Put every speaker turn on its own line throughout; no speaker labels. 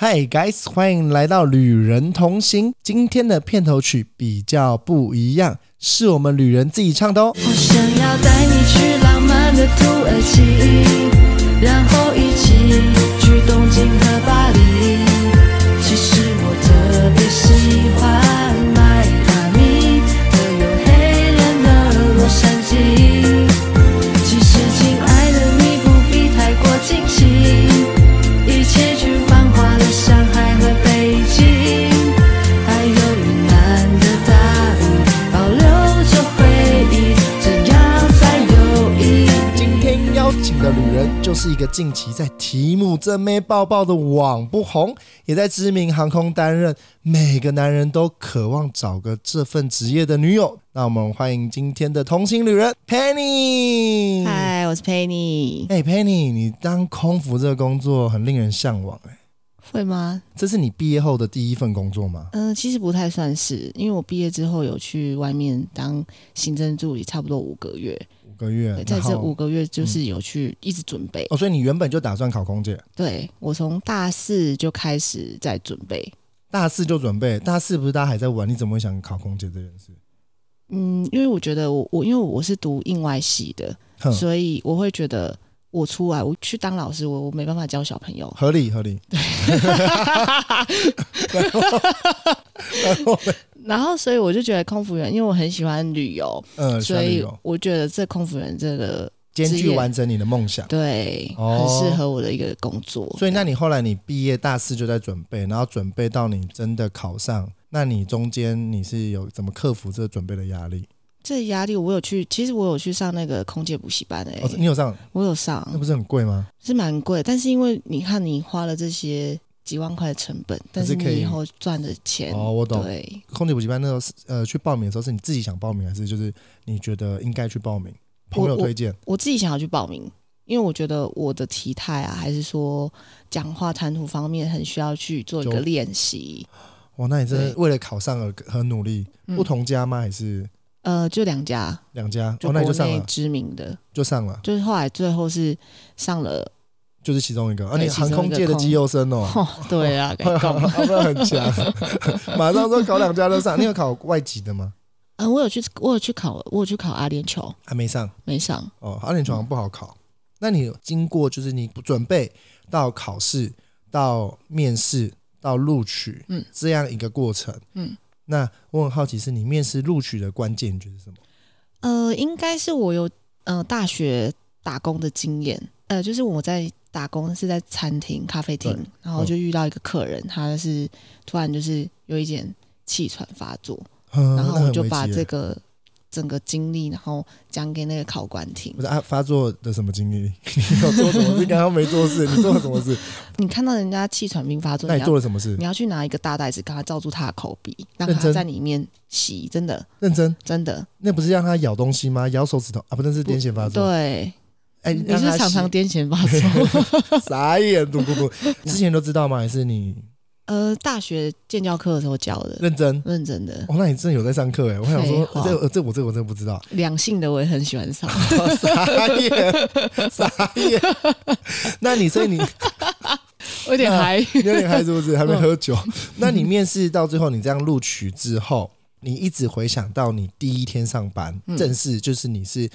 Hi guys，欢迎来到旅人同行。今天的片头曲比较不一样，是我们旅人自己唱的哦。
我想要带你去浪漫的土耳其，然后一起去东京和巴黎。其实我特别喜欢迈阿密和有黑人的洛杉矶。其实，亲爱的，你不必太过惊喜，一起去繁华的上海和北京，还有云南的大雨，保留着回忆，这样才有意义。
今天邀请的旅人就是一个近期在题目正妹抱抱的网不红，也在知名航空担任每个男人都渴望找个这份职业的女友。那我们欢迎今天的同行旅人 Penny。
嗨，我是 Penny，
哎、p e n n y 你当空服这个工作很令人向往哎、
会吗？
这是你毕业后的第一份工作吗？
嗯、其实不太算是，因为我毕业之后有去外面当行政助理，差不多五个月。
五个月，
对，在
然后嗯
这五个月就是有去一直准备。
哦，所以你原本就打算考空姐，
对我从大四就开始在准备，
大四就准备，大四不是大家还在玩，你怎么会想考空姐这件事？
嗯，因为我觉得我我因为我是读应外系的，
哼，。
所以我会觉得我出来我去当老师，我我没办法教小朋友
合理合理。
然后，所以我就觉得空服员，因为我很喜欢旅游，
嗯，
所以
喜欢旅游
我觉得这空服员这个
兼
职
具
业
完成你的梦想。
对，
哦
很适合我的一个工作。
所以，那你后来你毕业大四就在准备，然后准备到你真的考上，那你中间你是有怎么克服这个准备的压力？
这压力我有去，其实我有去上那个空姐补习班诶、
哦，你有上，
我有
那
上，
不是很贵吗？
是蛮贵，但是因为你看你花了这些几万块的成本，但
是
是
可以
你以后赚的钱，
哦我懂
对，
空姐补习班那时候是，呃，去报名的时候是你自己想报名，还是就是你觉得应该去报名？朋友
我我
推荐，
我自己想要去报名，因为我觉得我的体态啊，还是说讲话谈吐方面，很需要去做一
就
个练习。
哇，那你真的
对
为了考上而很努力。
嗯
不同家吗？还是
呃，就两家，
两家？
就
哦，那你就
国
上
内
了，
知名的，
就上了，
就是后来最后是上了，
就是其中一个。啊，
对
你
其中
航
一个
空界的绩优生哦，
哦，对啊， 该讲。
要不然很强，马上说考两家都上。你有考外籍的吗？
嗯，我有去，我有去考，我有去考阿联酋，
还啊没上
没上。
哦，阿联酋好像不好考。那你有经过就是你准备到考试、到面试、到录取，
嗯
这样一个过程，
嗯。
那我很好奇，是你面试录取的关键，你觉得是什么？
呃，应该是我有呃大学打工的经验，呃，就是我在打工是在餐厅、咖啡厅
对，嗯
然后就遇到一个客人，他是突然就是有一点气喘发作，
嗯
然
那
后
很
我就
危
把
急耶
这个整个经历，然后讲给那个考官听
不。是啊，发作的什么经历？ 你有做什么事？刚刚没做事，你做了什么 事？
你看到人家气喘病发作，
那
你
你做
要
了什么事
你？要去拿一个大袋子，赶快罩住他的口鼻，让
认
他
真
在里面吸，真的
认真，
真的，
那不是让他咬东西吗？咬手指头啊，不，那是癫痫发作。
对，
哎，
你
让
是
他
常
吸
常癫痫发作。
傻眼，嘟嘟嘟，之前都知道吗？还是你
呃，大学建教课的时候教 的，
认真？
认真的。
哦，那你真的有在上课哎！我想说
废，话
这呃这我这我真的不知道，
两性的我也很喜欢 上，
傻眼，傻眼。 那你 所以你
我有点嗨。
你有点嗨是不是？还没喝
哦
酒？ 那你面试到最后，你这样录取之后，你一直回想到你第一天上班，
嗯
正式就是你是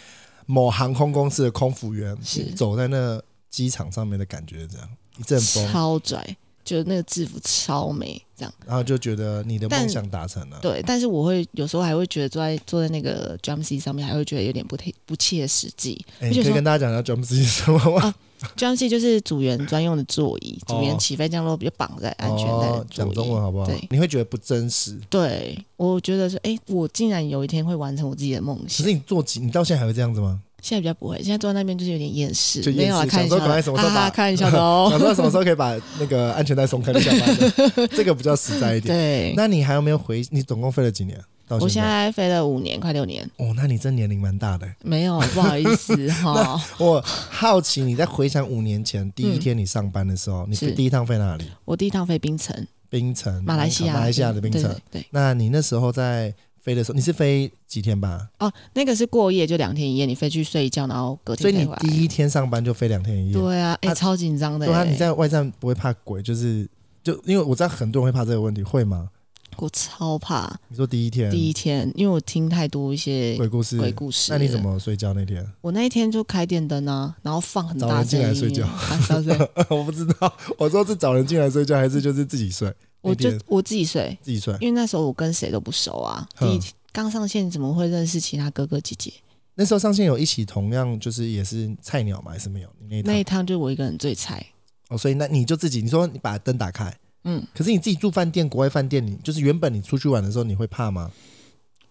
某航空公司的空服员，
是
你走在那机场上面的感觉，这样一阵风，嗯
超拽，就是那个制服超美，这样
然后就觉得你的梦
但
想达成了。
对。但是我会有时候还会觉得坐在坐在那个 jump seat 上面，还会觉得有点不太不切实 际。
哎，
我
你
就
可以
说哦
跟大家讲一下 jump 是什么吗？
jump seat 就是组员专用的座椅，
哦
组员起飞降落就绑在安全带的
哦，
座
讲
椅。
中文好不好
对？
你会觉得不真实，
对，我觉得是，哎、我竟然有一天会完成我自己的梦
可
想。
是你做几，你到现在还会这样子吗？
现在比较不会，现在坐在那边就是有点厌世，
就厌世
没有啊，看一下
想说赶快什么时候
哈
把
哈，看一下的哦。
想说什么时候可以把那个安全带松开就下班 了，这个比较实在一点。
对，
那你还有没有回？你总共飞了几年？到
我
现
现
在
在飞了五年，快六年。
哦，那你这年龄蛮大的。
没有，不好意 思哈。
我好奇你在回想五年前第一天你上班的时候，你
嗯是
第一趟飞哪里？
我第一趟飞槟城，
槟城，哦
马来西亚，
嗯马来西亚的槟
对
城
对。对，对
那你那时候在飞的时候，你是飞几天吧？
哦，那个是过夜，就两天一夜，你飞去睡一觉，然后隔
所
天
以
飞
你
回来。
第一天上班就飞两天一夜。
对啊，哎、
啊
超紧张的、
对啊，
欸。
你在外站不会怕鬼，就是就因为我知道很多人会怕这个问题，会吗？
我超怕
你说第一天
第一天，因为我听太多一些
嗯鬼故事，
鬼故事。
那你怎？么睡觉那天？
我那一天就开电灯啊，然后放很
找
大
人进
声音，
来睡觉
啊 找谁
我不知道，我说是找人进来睡觉，还是就是自己睡？
我就
那天
我自己睡，
自己睡。
因为那时候我跟谁都不熟啊。
嗯
第一刚上线，怎么会认识其他哥哥姐姐？
那时候上线有一起同样就是也是菜鸟嘛，还是没有？你那一
那一
趟
趟就我一个人最菜。
哦，所以那你就自己你说你把灯打开，
嗯，
可是你自己住饭店，国外饭店，你就是原本你出去玩的时候你会怕吗？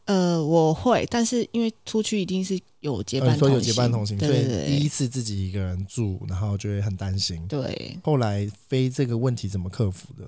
呃，我会，但是因为出去一定是有结
呃
伴
你说有
同
结伴同行，
对
所以
对
第
对
一次自己一个人住，然后就会很担心。
对。
后来飞这个问题怎么克服的？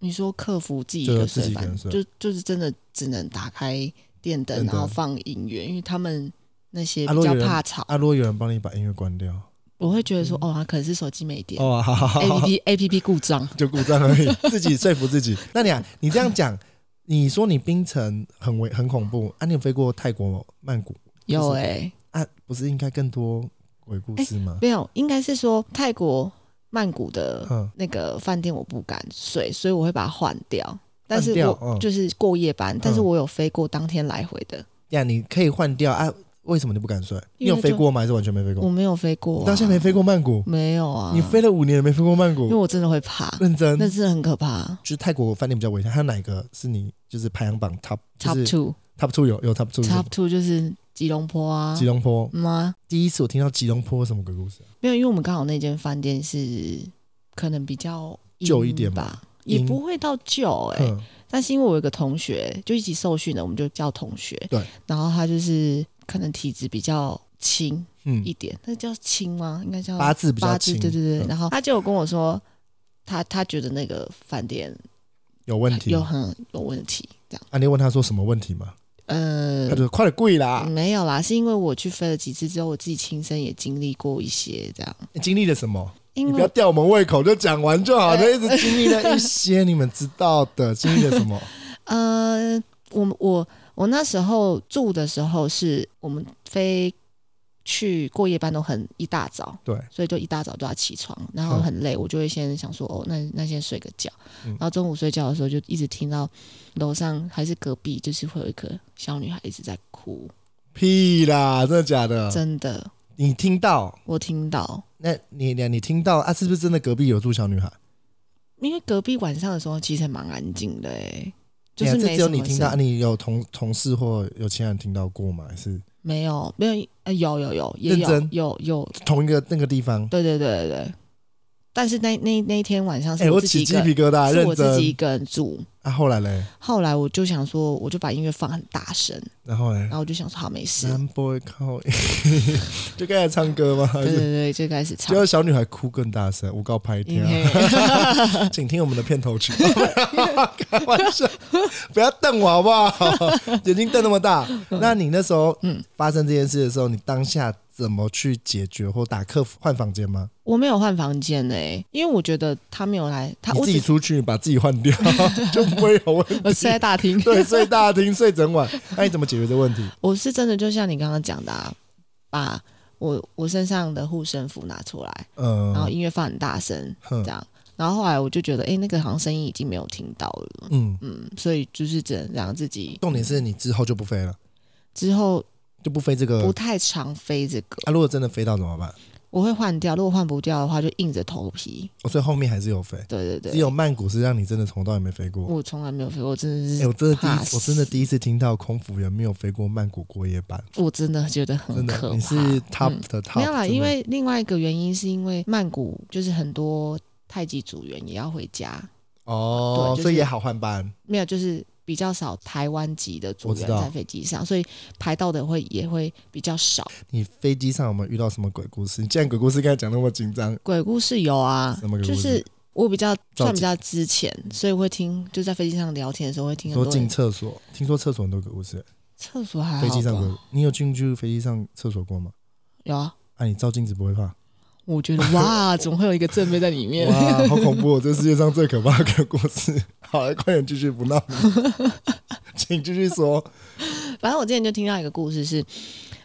你说克服自己一
就
个
自己
睡
一个
房
人，睡
就就是真的只能打开电灯
电，灯
然后放音乐，因为他们那些
啊
比较
如果有人
怕吵，
啊，如果有人帮你把音乐关掉，
我会觉得说，哦，他可能是手机没
嗯
电
哦，好好好
，A
好
P P A P P 故 障。
就故障而已，自己说服自己。那你啊，你这样讲，你说你冰城很危很恐怖啊？你有飞过泰国曼谷
有
是
哎、
啊？不是应该更多鬼故事吗？
没有，应该是说泰国曼谷
嗯
的那个饭店我不敢睡，所以我会把它换掉。但是
掉
我
嗯
就是过夜班，但是
嗯
我有飞过当天来回的，
呀、你可以换掉啊？为什么你不敢睡？你
因为
有
就
飞过吗？还是完全没飞过？
我没有飞过、
你
啊，
到现在没飞过曼谷，
没有啊，
你嗯飞了五年也没飞过曼
因为
谷，
我真的会怕，
认真。
那真的很可怕。
就是泰国饭店比较危险，还有哪一个是你就是排行榜 top 就是
Top two
top two 有有 top two 是什么
Top two 就是吉隆坡啊，
吉隆坡。
嗯啊，
第一次我听到吉隆坡什么鬼故事啊？
没有，因为我们刚好那间饭店是可能比较阴
旧一点
吧，也
阴
不会到旧哎、
嗯，
但是因为我有一个同学就一起受训的，我们就叫同学。
对，
然后他就是可能体质比较轻一
嗯，
点，那叫轻吗？应该叫
八字比较
八字
轻，
对对对。
嗯
然后他就有跟我说，他他觉得那个饭店
有问题。
有很有问题，这样。
啊，你有问他说什么问题吗？
呃
他，就说快点跪啦！
没有啦，是因为我去飞了几次之后，我自己亲身也经历过一些这样。
你经历了什么？
因
你不
为
要吊我们胃口，就讲完就好了。
对
一直经历了一些你们知道的，经历了什么？
呃，我我我那时候住的时候是我们飞去过夜班都很一大早，
对，
所以就一大早就要起床，然后很累，我就会先想说哦，那那先睡个觉，
嗯
然后中午睡觉的时候就一直听到楼上还是隔壁，就是会有一个小女孩一直在哭，
屁啦，真的假的？
真的，
你听到？
我听到。
那你你你听到啊？是不是真的隔壁有住小女孩？
因为隔壁晚上的时候其实还蛮安静的、欸，就是
哎呀这
没
只有
什
你
么
听到，啊
声，
你有同同事或有其他人听到过吗？还是
没有没有，呃，有有有也
认
有
真
有有
同一个那个地方？
对对对对对。但是那那那一天晚上
哎、
是
我
我自己
起
一
鸡
个，
皮疙瘩，
是
认
我自己一
真。
个人住。
啊，后来嘞，
后来我就想说，我就把音乐放很大声，
然后嘞
然后我就想说好没事，
，Nam Boy 靠， 就刚才唱歌吗？还
对对
是
对，就开始
结
唱。
果小女孩哭更大声，我告拍
因
天、啊。
为
请听我们的片头曲。 开玩笑，不要瞪我好不好？眼睛瞪那么大。那你那时候
嗯
发生这件事的时候，你当下怎么去解决或打客服换房间吗？
我没有换房间呢、因为我觉得他没有来，他
你
我
自己
只
出去把自己换掉， 就不会有问 题。
我睡在大厅，
对，睡大厅睡整晚，那你怎么解决这问题？
我是真的就像你刚刚讲的、啊，把我我身上的护身符拿出来，然后
嗯
音乐放很大声，
哼
这样。然后后来我就觉得，哎、那个好像声音已经没有听到了，
嗯，
嗯，所以就是只能让自己
重点是你之后就不飞了，
之后
就不飞这个
不。太常飞这个，
啊，如果真的飞到怎么办？
我会换掉。如果换不掉的话，就硬着头皮。
我哦所以后面还是有飞，
对对
只
对，
有曼谷是让你真的从头到尾没飞过。
我从来没有飞过，真的
哎、
是，
我真的第一
怕
次，
死
我真的第一次听到空服员没有飞过曼谷过夜班，
我真的觉得很
真的，
可怕。嗯
你是 top 的 top，、
没有啦，
真的
因为另外一个原因是因为曼谷就是很多太极组员也要回家，
哦，
对就是
所以也好换班，
没有就是比较少台湾籍的组
我知
员
道
在飞机上，所以排到的会也会比较少。
你飞机上有没有遇到什么鬼故事？你既然鬼故事刚才讲那么紧张，
鬼故事有啊
什么，鬼故
就
事
是我比较
照
算比较之前，所以会听就在飞机上聊天的时候会听
你
很
说
多
进
人
厕所，听说厕所很多鬼故事，
厕所还好
飞机上
吧
鬼，你有进去飞机上厕所过吗？
有啊。
啊，你照镜子不会怕？
我 觉得哇，怎么会有一个正妹在里面？
哇，好恐怖、哦！这世界上最可怕的故 事。好了，快点继续，不闹了， 请继续说。
反正我之前就听到一个故事是，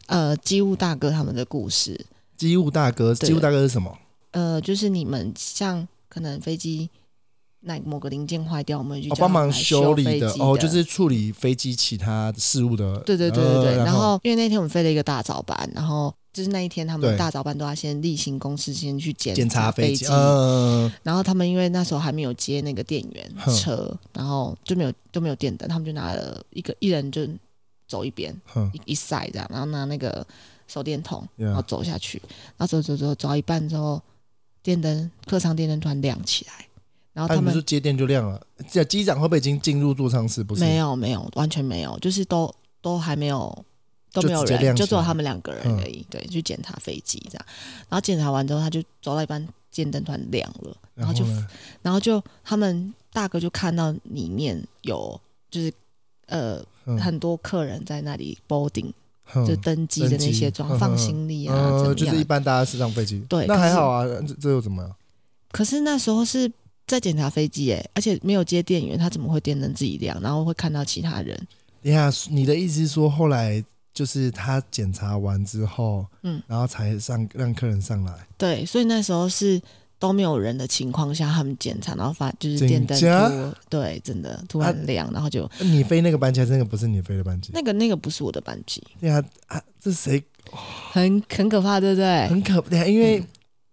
呃，机务大哥他们的故事，
机务大哥，
对
机务大哥是什么？
呃，就是你们像可能飞机那某个零件坏掉，我们就
哦
叫
帮
他们
忙
来
修理
飞
的
机
哦，就是处理飞机其他事务的。
对对对对对。
呃
然后因为那天我们飞了一个大早班，然后就是那一天他
对
们大早班都要先例行公事先去检
检查
飞
飞机，嗯，
然后他们因为那时候还没有接那个电源
哼
车，然后就没有都没有电灯，他们就拿了一个一人就走一边
哼
一一塞这样，然后拿那个手电筒，
Yeah
然后走下去，然后走走走走到一半之后，电灯客舱电灯突然亮起来，然后
他
他
啊们
们
说接电就亮了，这机长会不会已经进入座舱室？不是，
没有没有完全没有，就是都都还没有都
就
没有
直接亮
人，
起
就只有
来
他们两个人
嗯
而已。对，去检查飞机这样，然后检查完之后，他就走到一半，电灯突然亮了，然后就
呢
然后就他们大哥就看到里面有就是呃、
嗯
很多客人在那里 boarding，、
哼
就登机的那些
登
装
机嗯
放行李啊，
呃
怎么
就
样？
是一般大家是上飞机，
对
那
可
还
是
好啊，这这又怎么样？
可是那时候是在检查飞机哎、而且没有接电源，他怎么会电灯自己亮，然后会看到其他人？
等一下，你的意思是说后来就是他检查完之后，
嗯，
然后才上让客人上来，
对，所以那时候是。都没有人的情况下，他们检查，然后发就是
真
电灯
假
突对，真的突
啊
然亮，然后就
你飞那个班机还真的不是你飞的班机，
那个那个不是我的班级，
对啊啊，这谁
很很可怕，对不对？
很可怕？因
嗯
为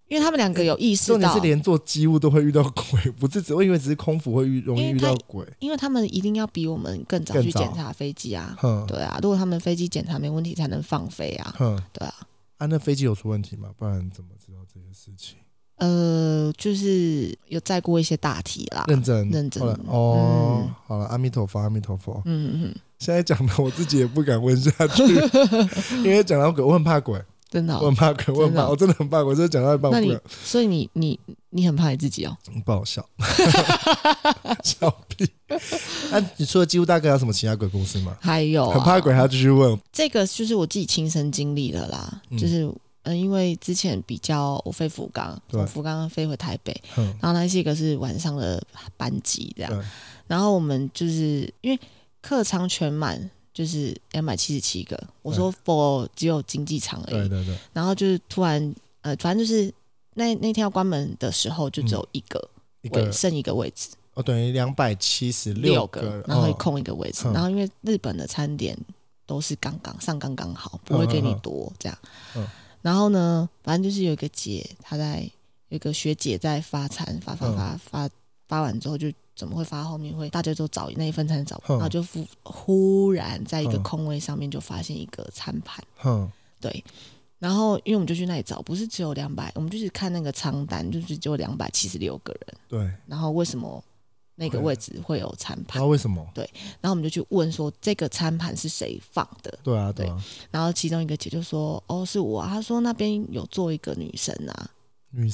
因为他们两个有意识
重点
到，
是连坐机务都会遇到鬼， 不是只我以为只是空服会遇容易
因为
遇
他
到鬼，
因为他们一定要比我们更早
更
去
早
检查飞机啊。
哼
对啊，如果他们飞机检查没问题，才能放飞啊。
哼
对啊，
啊，那飞机有出问题吗？不然怎么知道这些事情？
呃，就是有载过一些大题啦。嗯
认真
认真
后来哦，
嗯
好了，阿弥陀佛，阿弥陀佛。
嗯嗯嗯，
现在讲的我自己也不敢问下 去，因为讲到鬼，我很怕鬼，
真的
我
哦、
很怕鬼，我很
真的
怕，
哦
我真的很怕鬼，真的讲到一半
那
我不
你
敢，嗯
所以你你你很怕你自己哦？
不好 笑， 笑屁。那、你除了基督大哥还有什么其他鬼故事吗？
还有、啊，
很怕鬼还要继续问，
这个就是我自己亲身经历的啦，
嗯
就是。嗯，因为之前比较我飞福冈，
对
从福冈飞回台北，
哼，
然后那是一个是晚上的班机这
对
样，然后我们就是因为客舱全满，就是两百七十七个，我说 for 只有经济舱而
对
已，
对对，
然后就是突然呃，反正就是那那天要关门的时候就只有一个
嗯一
位、
个
剩一个位置，
哦，等于两百七十
六
个人，
然后
哦
空一个位置，
嗯
然后因为日本的餐点都是刚刚上刚刚好，不会给你多这样
嗯，
然后呢，反正就是有一个姐她在有一个学姐在发餐发发
嗯
发发发完之后就。怎么会发后面会大家都找那一份餐找，
嗯
然后就忽忽然在一个
嗯
空位上面就发现一个餐盘，
哼，
对。然后，因为我们就去那里找，不是只有两百，我们就是看那个仓单，就是只有两百七十六个人。
对，
然后为什么那个位置会有餐
不知
盘
道？为什么，
然后我们就去问说这个餐盘是谁放的？
对啊对啊，
然后其中一个姐就说：“哦，是我、啊。”她说那边有坐一个女生啊，
女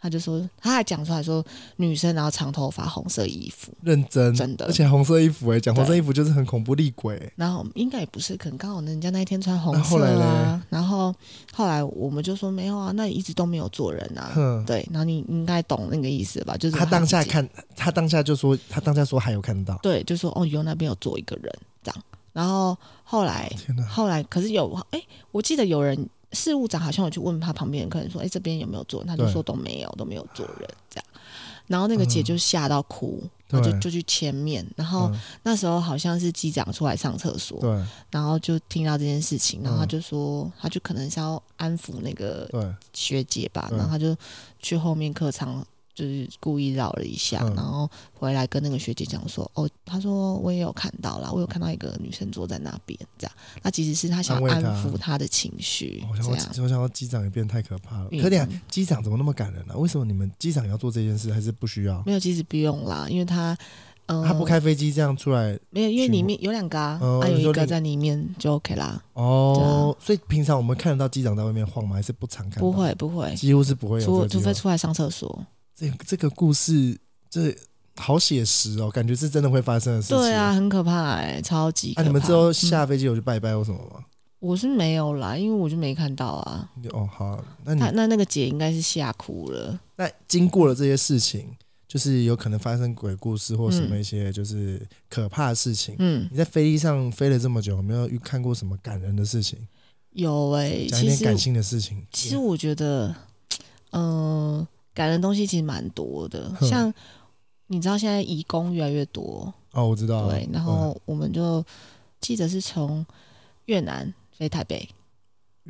她就说她还讲出来说女生，然后长头发，红色衣服。
认真
真的
而且红色衣服哎、讲红
对
色衣服就是很恐怖厉鬼、欸
然后应该也不是，可能刚好人家那一天穿红
那后
色
来嘞
啊。然后后来我们就说没有啊，那一直都没有坐人啊。
哼，
对，然后你应该懂那个意思吧？就是
他当下
自己
看，他当下就说，他当下说还有看到，
对，就说哦，有那边有坐一个人这样。然后后来
天哪，
后来可是有哎、我记得有人事务长好像有去问他旁边的客人说，哎、这边有没有坐人？他就
对
说都没有，都没有坐人这样。然后那个姐就吓到哭，
对
然后就哦就去前面，然后
嗯
那时候好像是机长出来上厕所，
对
然后就听到这件事情，然后
嗯
他就说，他就可能是要安抚那个
对，
学姐吧，
嗯
然后他就去后面客舱，就是故意绕了一下，
嗯
然后回来跟那个学姐讲说，哦，他说我也有看到啦，我有看到一个女生坐在那边这样，那其实是他想
安慰她哦
安抚她的情绪
我，想
这
我
样。
我想要机长也变太可怕了，
嗯
可点机长怎么那么感人呢、啊？为什么你们机长也要做这件事，还是不需要？
没有，其实不用啦，因为他，嗯、
他不，开飞机这样出来
没有，因为
巡
里面有两个啊，
哦
还、有
你说
一个
另
在里面就 OK 啦，
哦，所以平常我们看得到机长在外面晃吗？还是不常看到？
啊不，会不会，
几乎是不会有这
除
个机
除非
会。
出来上厕所，
这这个故事这好写实哦，感觉是真的会发生的事情。
对啊，，很可怕哎、超级可
那、
怕。
你们之后
嗯
下飞机有去拜拜或什么吗？
我是没有啦，因为我就没看到啊。
你就哦，好啊、那你
他那那个姐应该是吓哭了，
那经过了这些事情，就是有可能发生鬼故事或什么一些就是可怕的事情。
嗯，
你在飞机上飞了这么久，有没有遇看过什么感人的事情？
有哎、
讲一点
其
感
实
性的事情。
其实呃我觉得，嗯、感人东西其实蛮多的，
哼
像你知道现在移工越来越多，
哦，嗯我知道哦了。
对，然后我们就记得是从越南飞台北，
嗯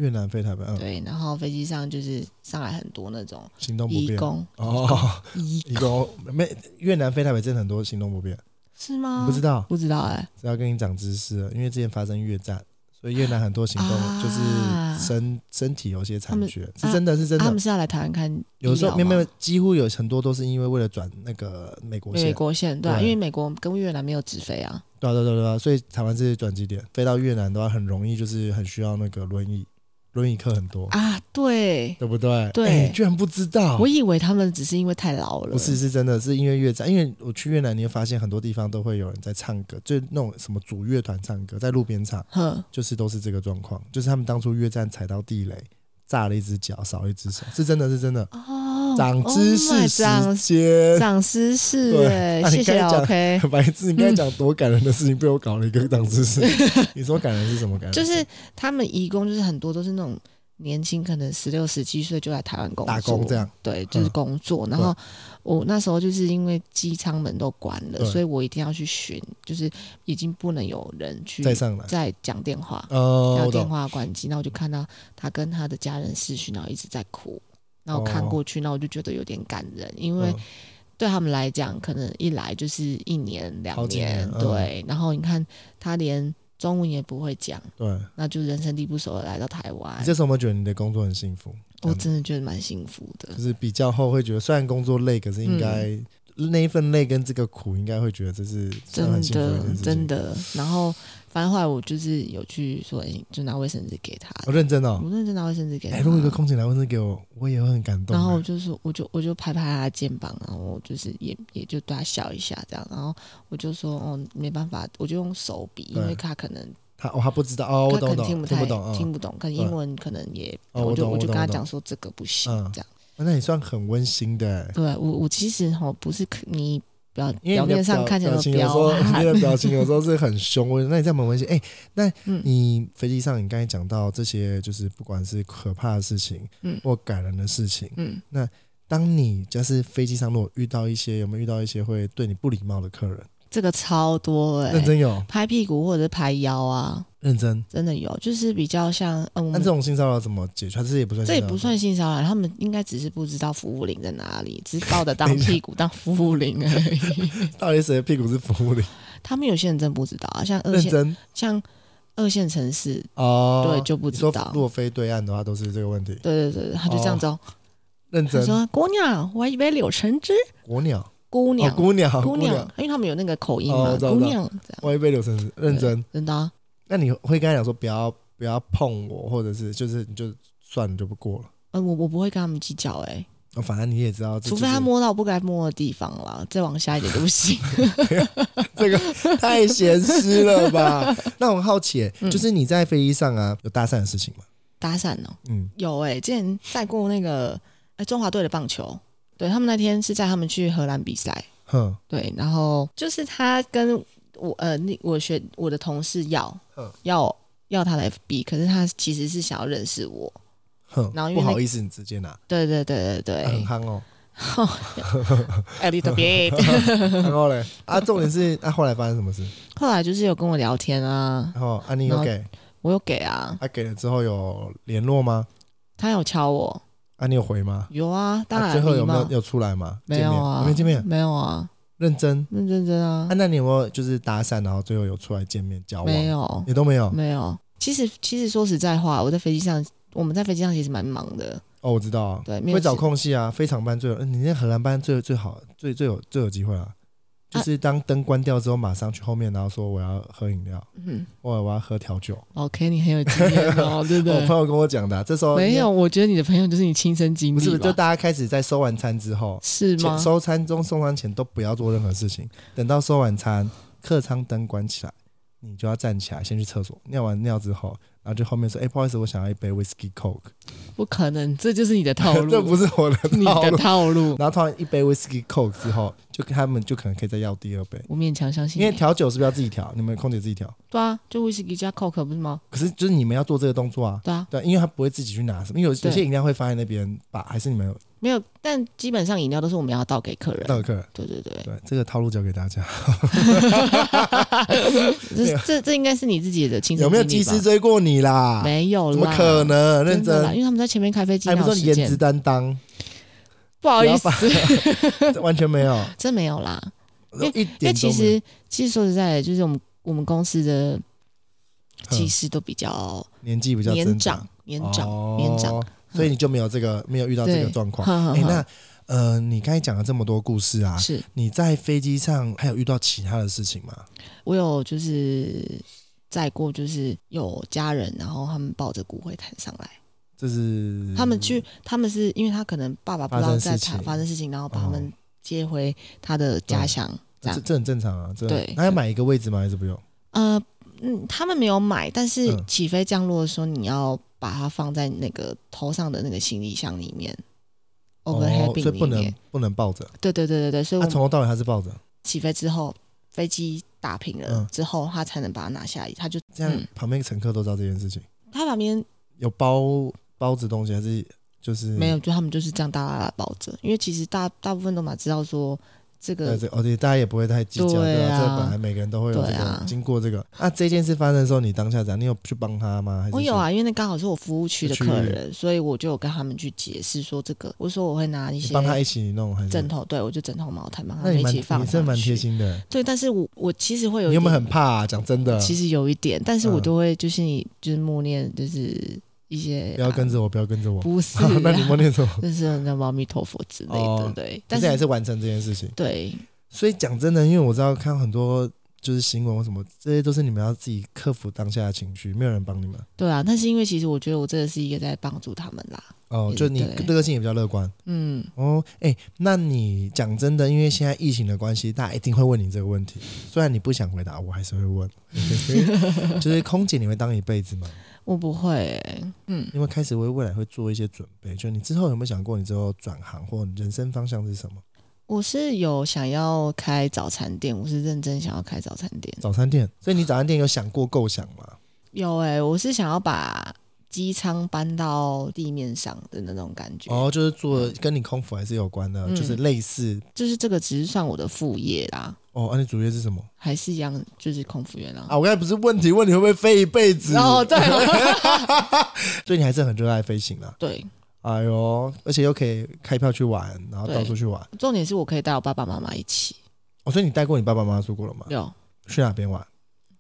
越南飞台北，嗯，
对，然后飞机上就是上来很多那种
行动不
移
便。
工，
哦，
移
一个没越南飞台北真的很多行动不便，
是吗？
你不知
道，
道，
不知道哎、
只要跟你长知识了，因为之前发生越战，所以越南很多行动
啊
就是身身体有些残缺，
他们
是真的是真
啊他
的
们。是要来台湾看医疗吗，
有时候没有没有，几乎有很多都是因为为了转那个美国线
美，国线对啊，
对
因为美国跟越南没有直飞啊，
对啊对啊对啊对啊，所以台湾这些转机点飞到越南的话，很容易就是很需要那个轮椅，轮椅客很多，
啊，对，
对不对？
对
哎居然不知道
我，以为他们只是因为太老了，
不是是真的是因为越战，因为我去越南，你会发现很多地方都会有人在唱歌，就那种什么主乐团唱歌，在路边唱。
哼，
就是都是这个状况，就是他们当初越战踩到地雷，炸了一只脚，少了一只手，是真的是真的。
哦，
长知
oh
识
my，
时
长
间，
长知识
对
哎、
那你
谢
刚
谢
才讲
OK，
白痴，你刚才讲
嗯
多感人的事情，被我搞了一个长知识。你说感人是什么感人？
就是他们移工就是很多都是那种年轻，可能十六十七岁就来台湾工作，
打工这样，嗯
对，就是工作。然后我那时候就是因为机舱门都关了，
对
所以我一定要去巡，就是已经不能有人去
再上来。
再讲电话，然
呃，
后
我
嗯电
懂。
话关机，然后我就看到他跟他的家人视讯，然后一直在哭。然后
哦
我看过去，那我就觉得有点感人，因为
嗯
对他们来讲，可能一来就是一年
好
两
几年嗯
对。然后你看他连中文也不会讲，
对，
那就人生地不熟的来到台
你
湾
这，时候有嗯没有觉得你的工作很幸福？
我真的觉得蛮幸福的
就。是比较后会觉得，虽然工作累，可是应该、
嗯
那一份累跟这个苦，应该会觉得这是算
真
很幸福一件
的
事情
真。的，然后反正后来我就是有去说，哎就拿卫生纸给他，
我认真哦。
我认真拿卫生纸给他。
哎，如果有个空姐来问这给我，我也会很感动。
然后我就说，我就我就拍拍他的肩膀，然后我就是也也就对他笑一下这样，然后我就说，哦，没办法，我就用手比，因
对
为他可能
他哦，他不知道哦，我
他
懂
可能
懂，
听不
听
太
不懂啊。嗯
听不懂，可能英文可能也，
哦我
我就
懂我
就
懂
跟他
我懂
讲说这个不行
嗯
这样。
哇那也算很温馨的欸，
对我我其实哈不是可你表
因为
表
你的
面上看起来
表
的
情有时候，
彪 啊
你
悍
的，表情有时候是很凶。我那你这样蛮温馨。哎，
嗯
你飞机上你刚才讲到这些，就是不管是可怕的事情，
嗯
或感人的事情，
嗯。
当你就是飞机上如果遇到一些有没有遇到一些会对你不礼貌的客人，
这个超多哎、
认真有
拍屁股或者是拍腰啊，
认真。
真的有，就是比较像嗯，我
那
们
这种性骚扰怎么解决？这也不算，
这也不。算性骚扰，他们应该只是不知道服务铃在哪里，只是抱着当
等一下
屁股当服务铃而已。
到底谁的屁股是服务的？
他们有些人真不知道啊，像二
认
线
真
像二线城市，
哦，
对就不
你
知
说
道
如果飞对岸的话，都是这个问题。
对对对，对他就这样子哦。
认
他
真，
说：“姑娘，我还以为柳橙汁，
国鸟，
姑娘，
哦，姑娘，
姑娘，因为他们有那个口音
哦
嘛，
我知道
姑
我知道
娘这样，
我也被柳橙汁认真。
真的啊、
那你会跟他讲说不要不要碰我，或者是就是你就算了就不过了。
呃，我我不会跟他们计较哎、欸
哦反正你也知道，这
除
就是
非他摸到不该摸的地方了，再往下一点就不行。
这个太咸湿了 吧？那我很好奇、
嗯
欸，就是你在飞机上啊有搭讪的事情吗？
搭讪哦，
嗯，
有哎、之前在过那个哎中华队的棒球，对他们那天是在他们去荷兰比赛，
哼，
对，然后就是他跟我呃，那我学我的同事要
嗯
要要他的 FB，可是他其实是想要认识我，
哼，
然后因
不
为那
好意思，你直接拿，
对对对对对
啊很憨哦，
，a little bit。
然后嘞，啊，重点是，啊，后来发生什么事？
后来就是有跟我聊天啊，
然后啊，你有
然后
给，
我有给啊，
啊，给了之后有联络吗？
他有敲我，
啊，你有回吗？
有啊，当
啊
然
最后
礼
有没
貌
有，有出来吗？
没
见
有
面
啊，
没有见面，
没有啊，
认真。
认真真啊
啊，，那啊你有没有就是搭讪，然后最后有出来见面交往？
没，有
也都没有。
没有。其实其实说实在话，我在飞机上，我们在飞机上其实蛮忙的，
哦，我知道啊，
对，没有
会找
时
空隙啊，非常班最有，嗯，你那荷兰班最最好，最最有最有机会啊，就是当灯关掉之后，马上去后面，然后说我要喝饮料，
嗯
或者我要喝调酒。
，OK，你很有经验 哦，对不
我
对？
朋友跟我讲的啊，这时候
没有，，我觉得你的朋友就是你亲身经
不
历
是不是，
吧
就大家开始在收完餐之后，
是
前
吗？
收餐中送餐前都不要做任何事情，等到收完餐，客舱灯关起来，你就要站起来先去厕所，尿完尿之后，然后就后面说：“哎、不好意思，我想要一杯 whiskey coke。
不可能，这就是你的套 路，
这不是我的
你
套
的
路。
套 路。
然后通常一杯 whiskey coke 之后，就他们就可能可以再要第二杯，
我勉强相信
因
你，
为调酒是不是要自己调？你们空姐自己调，
对啊，就威士忌加 Coke 不是吗？
可是就是你们要做这个动作啊。
对啊，
对，因为他不会自己去拿什么，因为有有
对
些饮料会放在那边吧，还是你们有
没有，但基本上饮料都是我们要倒给客人。
到客人？
对对对，
对，这个套路教给大家。
这这这应该是你自己的亲身
有没有
经
技
历吧
师追过你啦？
没有啦，
怎么可能？认
真的啦
真，
因为他们在前面开飞机
还不
闹
是说你
事
颜值
件，
担当？
不好意思，
这完全没有，
真没有啦。为
一
因为
点都
其
没有。
实其实说实在的，就是我们我们公司的技
嗯
师都比较
年纪比较
年
增
长，年长，
哦
年长，
所以你就没有这个没有遇到这个
对
状况。
呵呵
哎，
呵
那呃，你刚才讲了这么多故事啊，
嗯是
你在飞机上还有遇到其他的事情吗？
我有就是载过，就是有家人，然后他们抱着骨灰坛上来，
这是
他们去，他们是因为他可能爸爸不
嗯
知
发
道
生
在
事
台
情
发生事情，然后把他
哦嗯
们接回他的家乡，这
这
样。
这很正常啊，这
对
那要买一个位置吗？还是不用？
呃，嗯，他们没有买，但是
嗯
起飞降落的时候，你要把它放在那个头上的那个行李箱里面，overhead
哦
bin
所以不
里面嗯
能。不能抱着。
对对对对对，所以
他
我
从头到尾他是抱着，
起飞之后，飞机打平了
嗯
之后，他才能把它拿下来。他就
这样
嗯
旁边乘客都知道这件事情。
他旁边
有包包子东西还是就是
没有，就他们就是这样大拉拉抱着，因为其实大大部分都嘛知道说这
对
个
这哦，对，大家也不会太计较，
对
对
啊
这本来每个人都会有这
对
个
啊
经过这个。那这件事发生的时候，你当下怎样？你有去帮他吗？还是
我有啊，因为那刚好是我服务区的
区域
客人，所以我就有跟他们去解释说这个，我说我会拿一
是？
些
你帮他一起弄还是？
枕头，对我就枕头毛毯帮他
那
们
你
一
蛮
起放
你真的蛮
上
贴
去。
心的。
对，但是我我其实会有一
你有没有
点
很怕啊？讲真的，
其实有一点，但是我
嗯
都会就是你就是默念就是一些
不要跟
啊
着我，不要跟着我。，
不是 啊
那你默念什么？
就是那阿弥陀佛之类的，
哦
对。
但
但
是还
是
是完成这件事情。
对
所以讲真的，因为我知道看很多就是新闻或什么，这些都是你们要自己克服当下的情绪，没有人帮你们。
对啊，但是因为其实我觉得我真的是一个在帮助他们啦，
哦，
也
就你
对
个性也比较乐观。
嗯，
哦，哎、那你讲真的，因为现在疫情的关系，大家一定会问你这个问题。虽然你不想回答，我还是会 问。 就是空姐，你会当一辈子吗？
我不会、欸，嗯。
因为开始为未来会做一些准备。就你之后有没有想过，你之后转行或人生方向是什么？
我是有想要开早餐店，我是认真想要开早餐店。
早餐店？所以你早餐店有想过构想吗？
有哎、我是想要把机舱搬到地面上的那种感觉。
哦，就是做跟你空腹还是有关的，
嗯
就是类似。
就是这个只是算我的副业啦，
哦，那、你主业是什么
还是一样就是空服员啦。
啊？我刚才不是问题问你会不会飞一辈子？
然后对 哦
所以你还是很热爱飞行啦。
对，
哎呦，而且又可以开票去玩，然后到处去玩。
重点是我可以带我爸爸妈妈一起。
哦，所以你带过你爸爸妈妈出国了吗？
有
去哪边玩？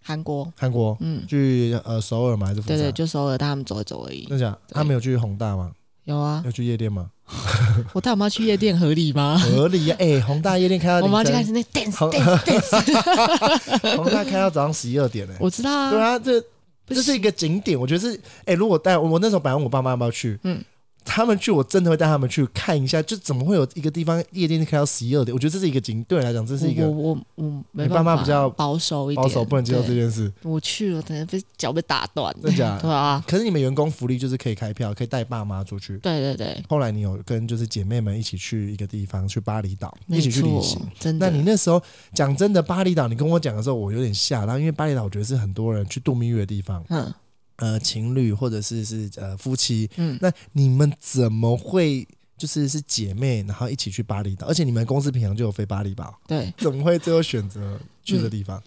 韩国，
韩国？
嗯，
去呃首尔吗？还是釜
对
山？
对，就首尔带他们走一走而已。
真假？
对
他没有去宏大吗？
有啊，
有去夜店吗？
我带我妈去夜店合理 吗？
合理呀、哎、宏大夜店开到
我妈
凌
就开
晨，
始那 dance
好
dance dance，
宏大开到早上十一二点呢、
我知道 啊，
对啊，这
不
这
行
是一个景点，我觉得是哎、如果带我我那时候本来问我爸妈要不要去，
嗯。
他们去，我真的会带他们去看一下，就怎么会有一个地方夜店开到十一二点？我觉得这是一个景，对我来讲，这是一
我
个
我我我没
你爸
办
妈
法，
比较
保守一点，
保守，不能接受
对
这件事，
我去了，可能被脚被打断。
真假？
对啊，
可是你们员工福利就是可以开票，可以带爸妈出去。
对对对，
后来你有跟就是姐妹们一起去一个地方，去巴厘岛，一
没
起去旅
错嗯
行。，
真
那
的。
你那时候讲真的，巴厘岛，你跟我讲的时候，我有点吓到，因为巴厘岛我觉得是很多人去度蜜月的地方，
嗯
呃，情侣或者是是呃夫妻。
嗯，
那你们怎么会就是是姐妹，然后一起去巴厘岛？而且你们公司平常就有飞巴厘岛，
对，
怎么会最后选择去的地方？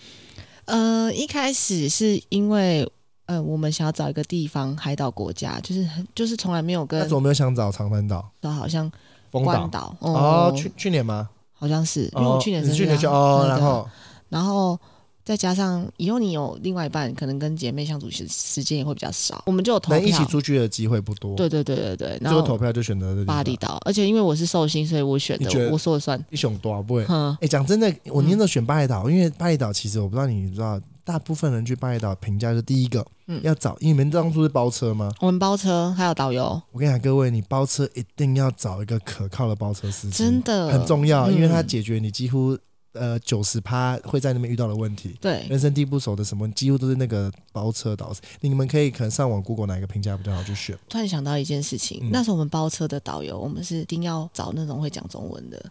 嗯呃，一开始是因为呃，我们想要找一个地方，海岛国家，就是很就是从来没有
那
跟
时候没有想找长滩岛、
到好像
丰
关
岛？
岛
哦，
嗯
去去年吗？
好像是，因为
哦
我去年
你
生日啊
去年去哦，
对
然
对
后
然后再加上以后你有另外一半，可能跟姐妹相处时时间也会比较少，我们就有投票
能一起出去的机会不多。
啊对对对对对，
最
然
后投
后
票就选择了这地方
巴厘岛，而且因为我是寿星，所以我选
你觉得
的，我说了算。
一熊多不会。
哼，
哎，讲真的，我那时候选巴厘
嗯
岛，因为巴厘岛其实我不知道你知道，大部分人去巴厘岛评价是第一个，
嗯
要找，因为你们当初是包车吗？
我们包车还有导游，
我跟你讲，各位，你包车一定要找一个可靠的包车司机，
真的
嗯很重要，
嗯
因为它解决你几乎呃九十趴会在那边遇到的问题。
对，
人生地不熟的什么，几乎都是那个包车导师。你们可以可能上网 Google 哪一个评价比较好去选。
突然想到一件事情，
嗯
那时候我们包车的导游，我们是一定要找那种会讲中文的。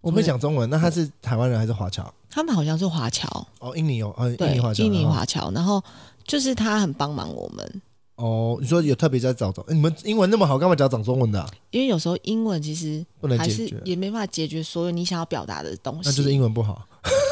我
我
们
们
讲中文，那他是台湾人还是华侨？
他们好像是华侨，
哦，印尼有，呃，
对
印尼华，侨，
印尼
然后
华侨。然后就是他很帮忙我们，
哦，你说有特别在找中，欸你们英文那么好，干嘛讲讲中文的啊、
因为有时候英文其实
不能
还
解
是
决，
也没办法解决所有你想要表达的东西。
那就是英文不好。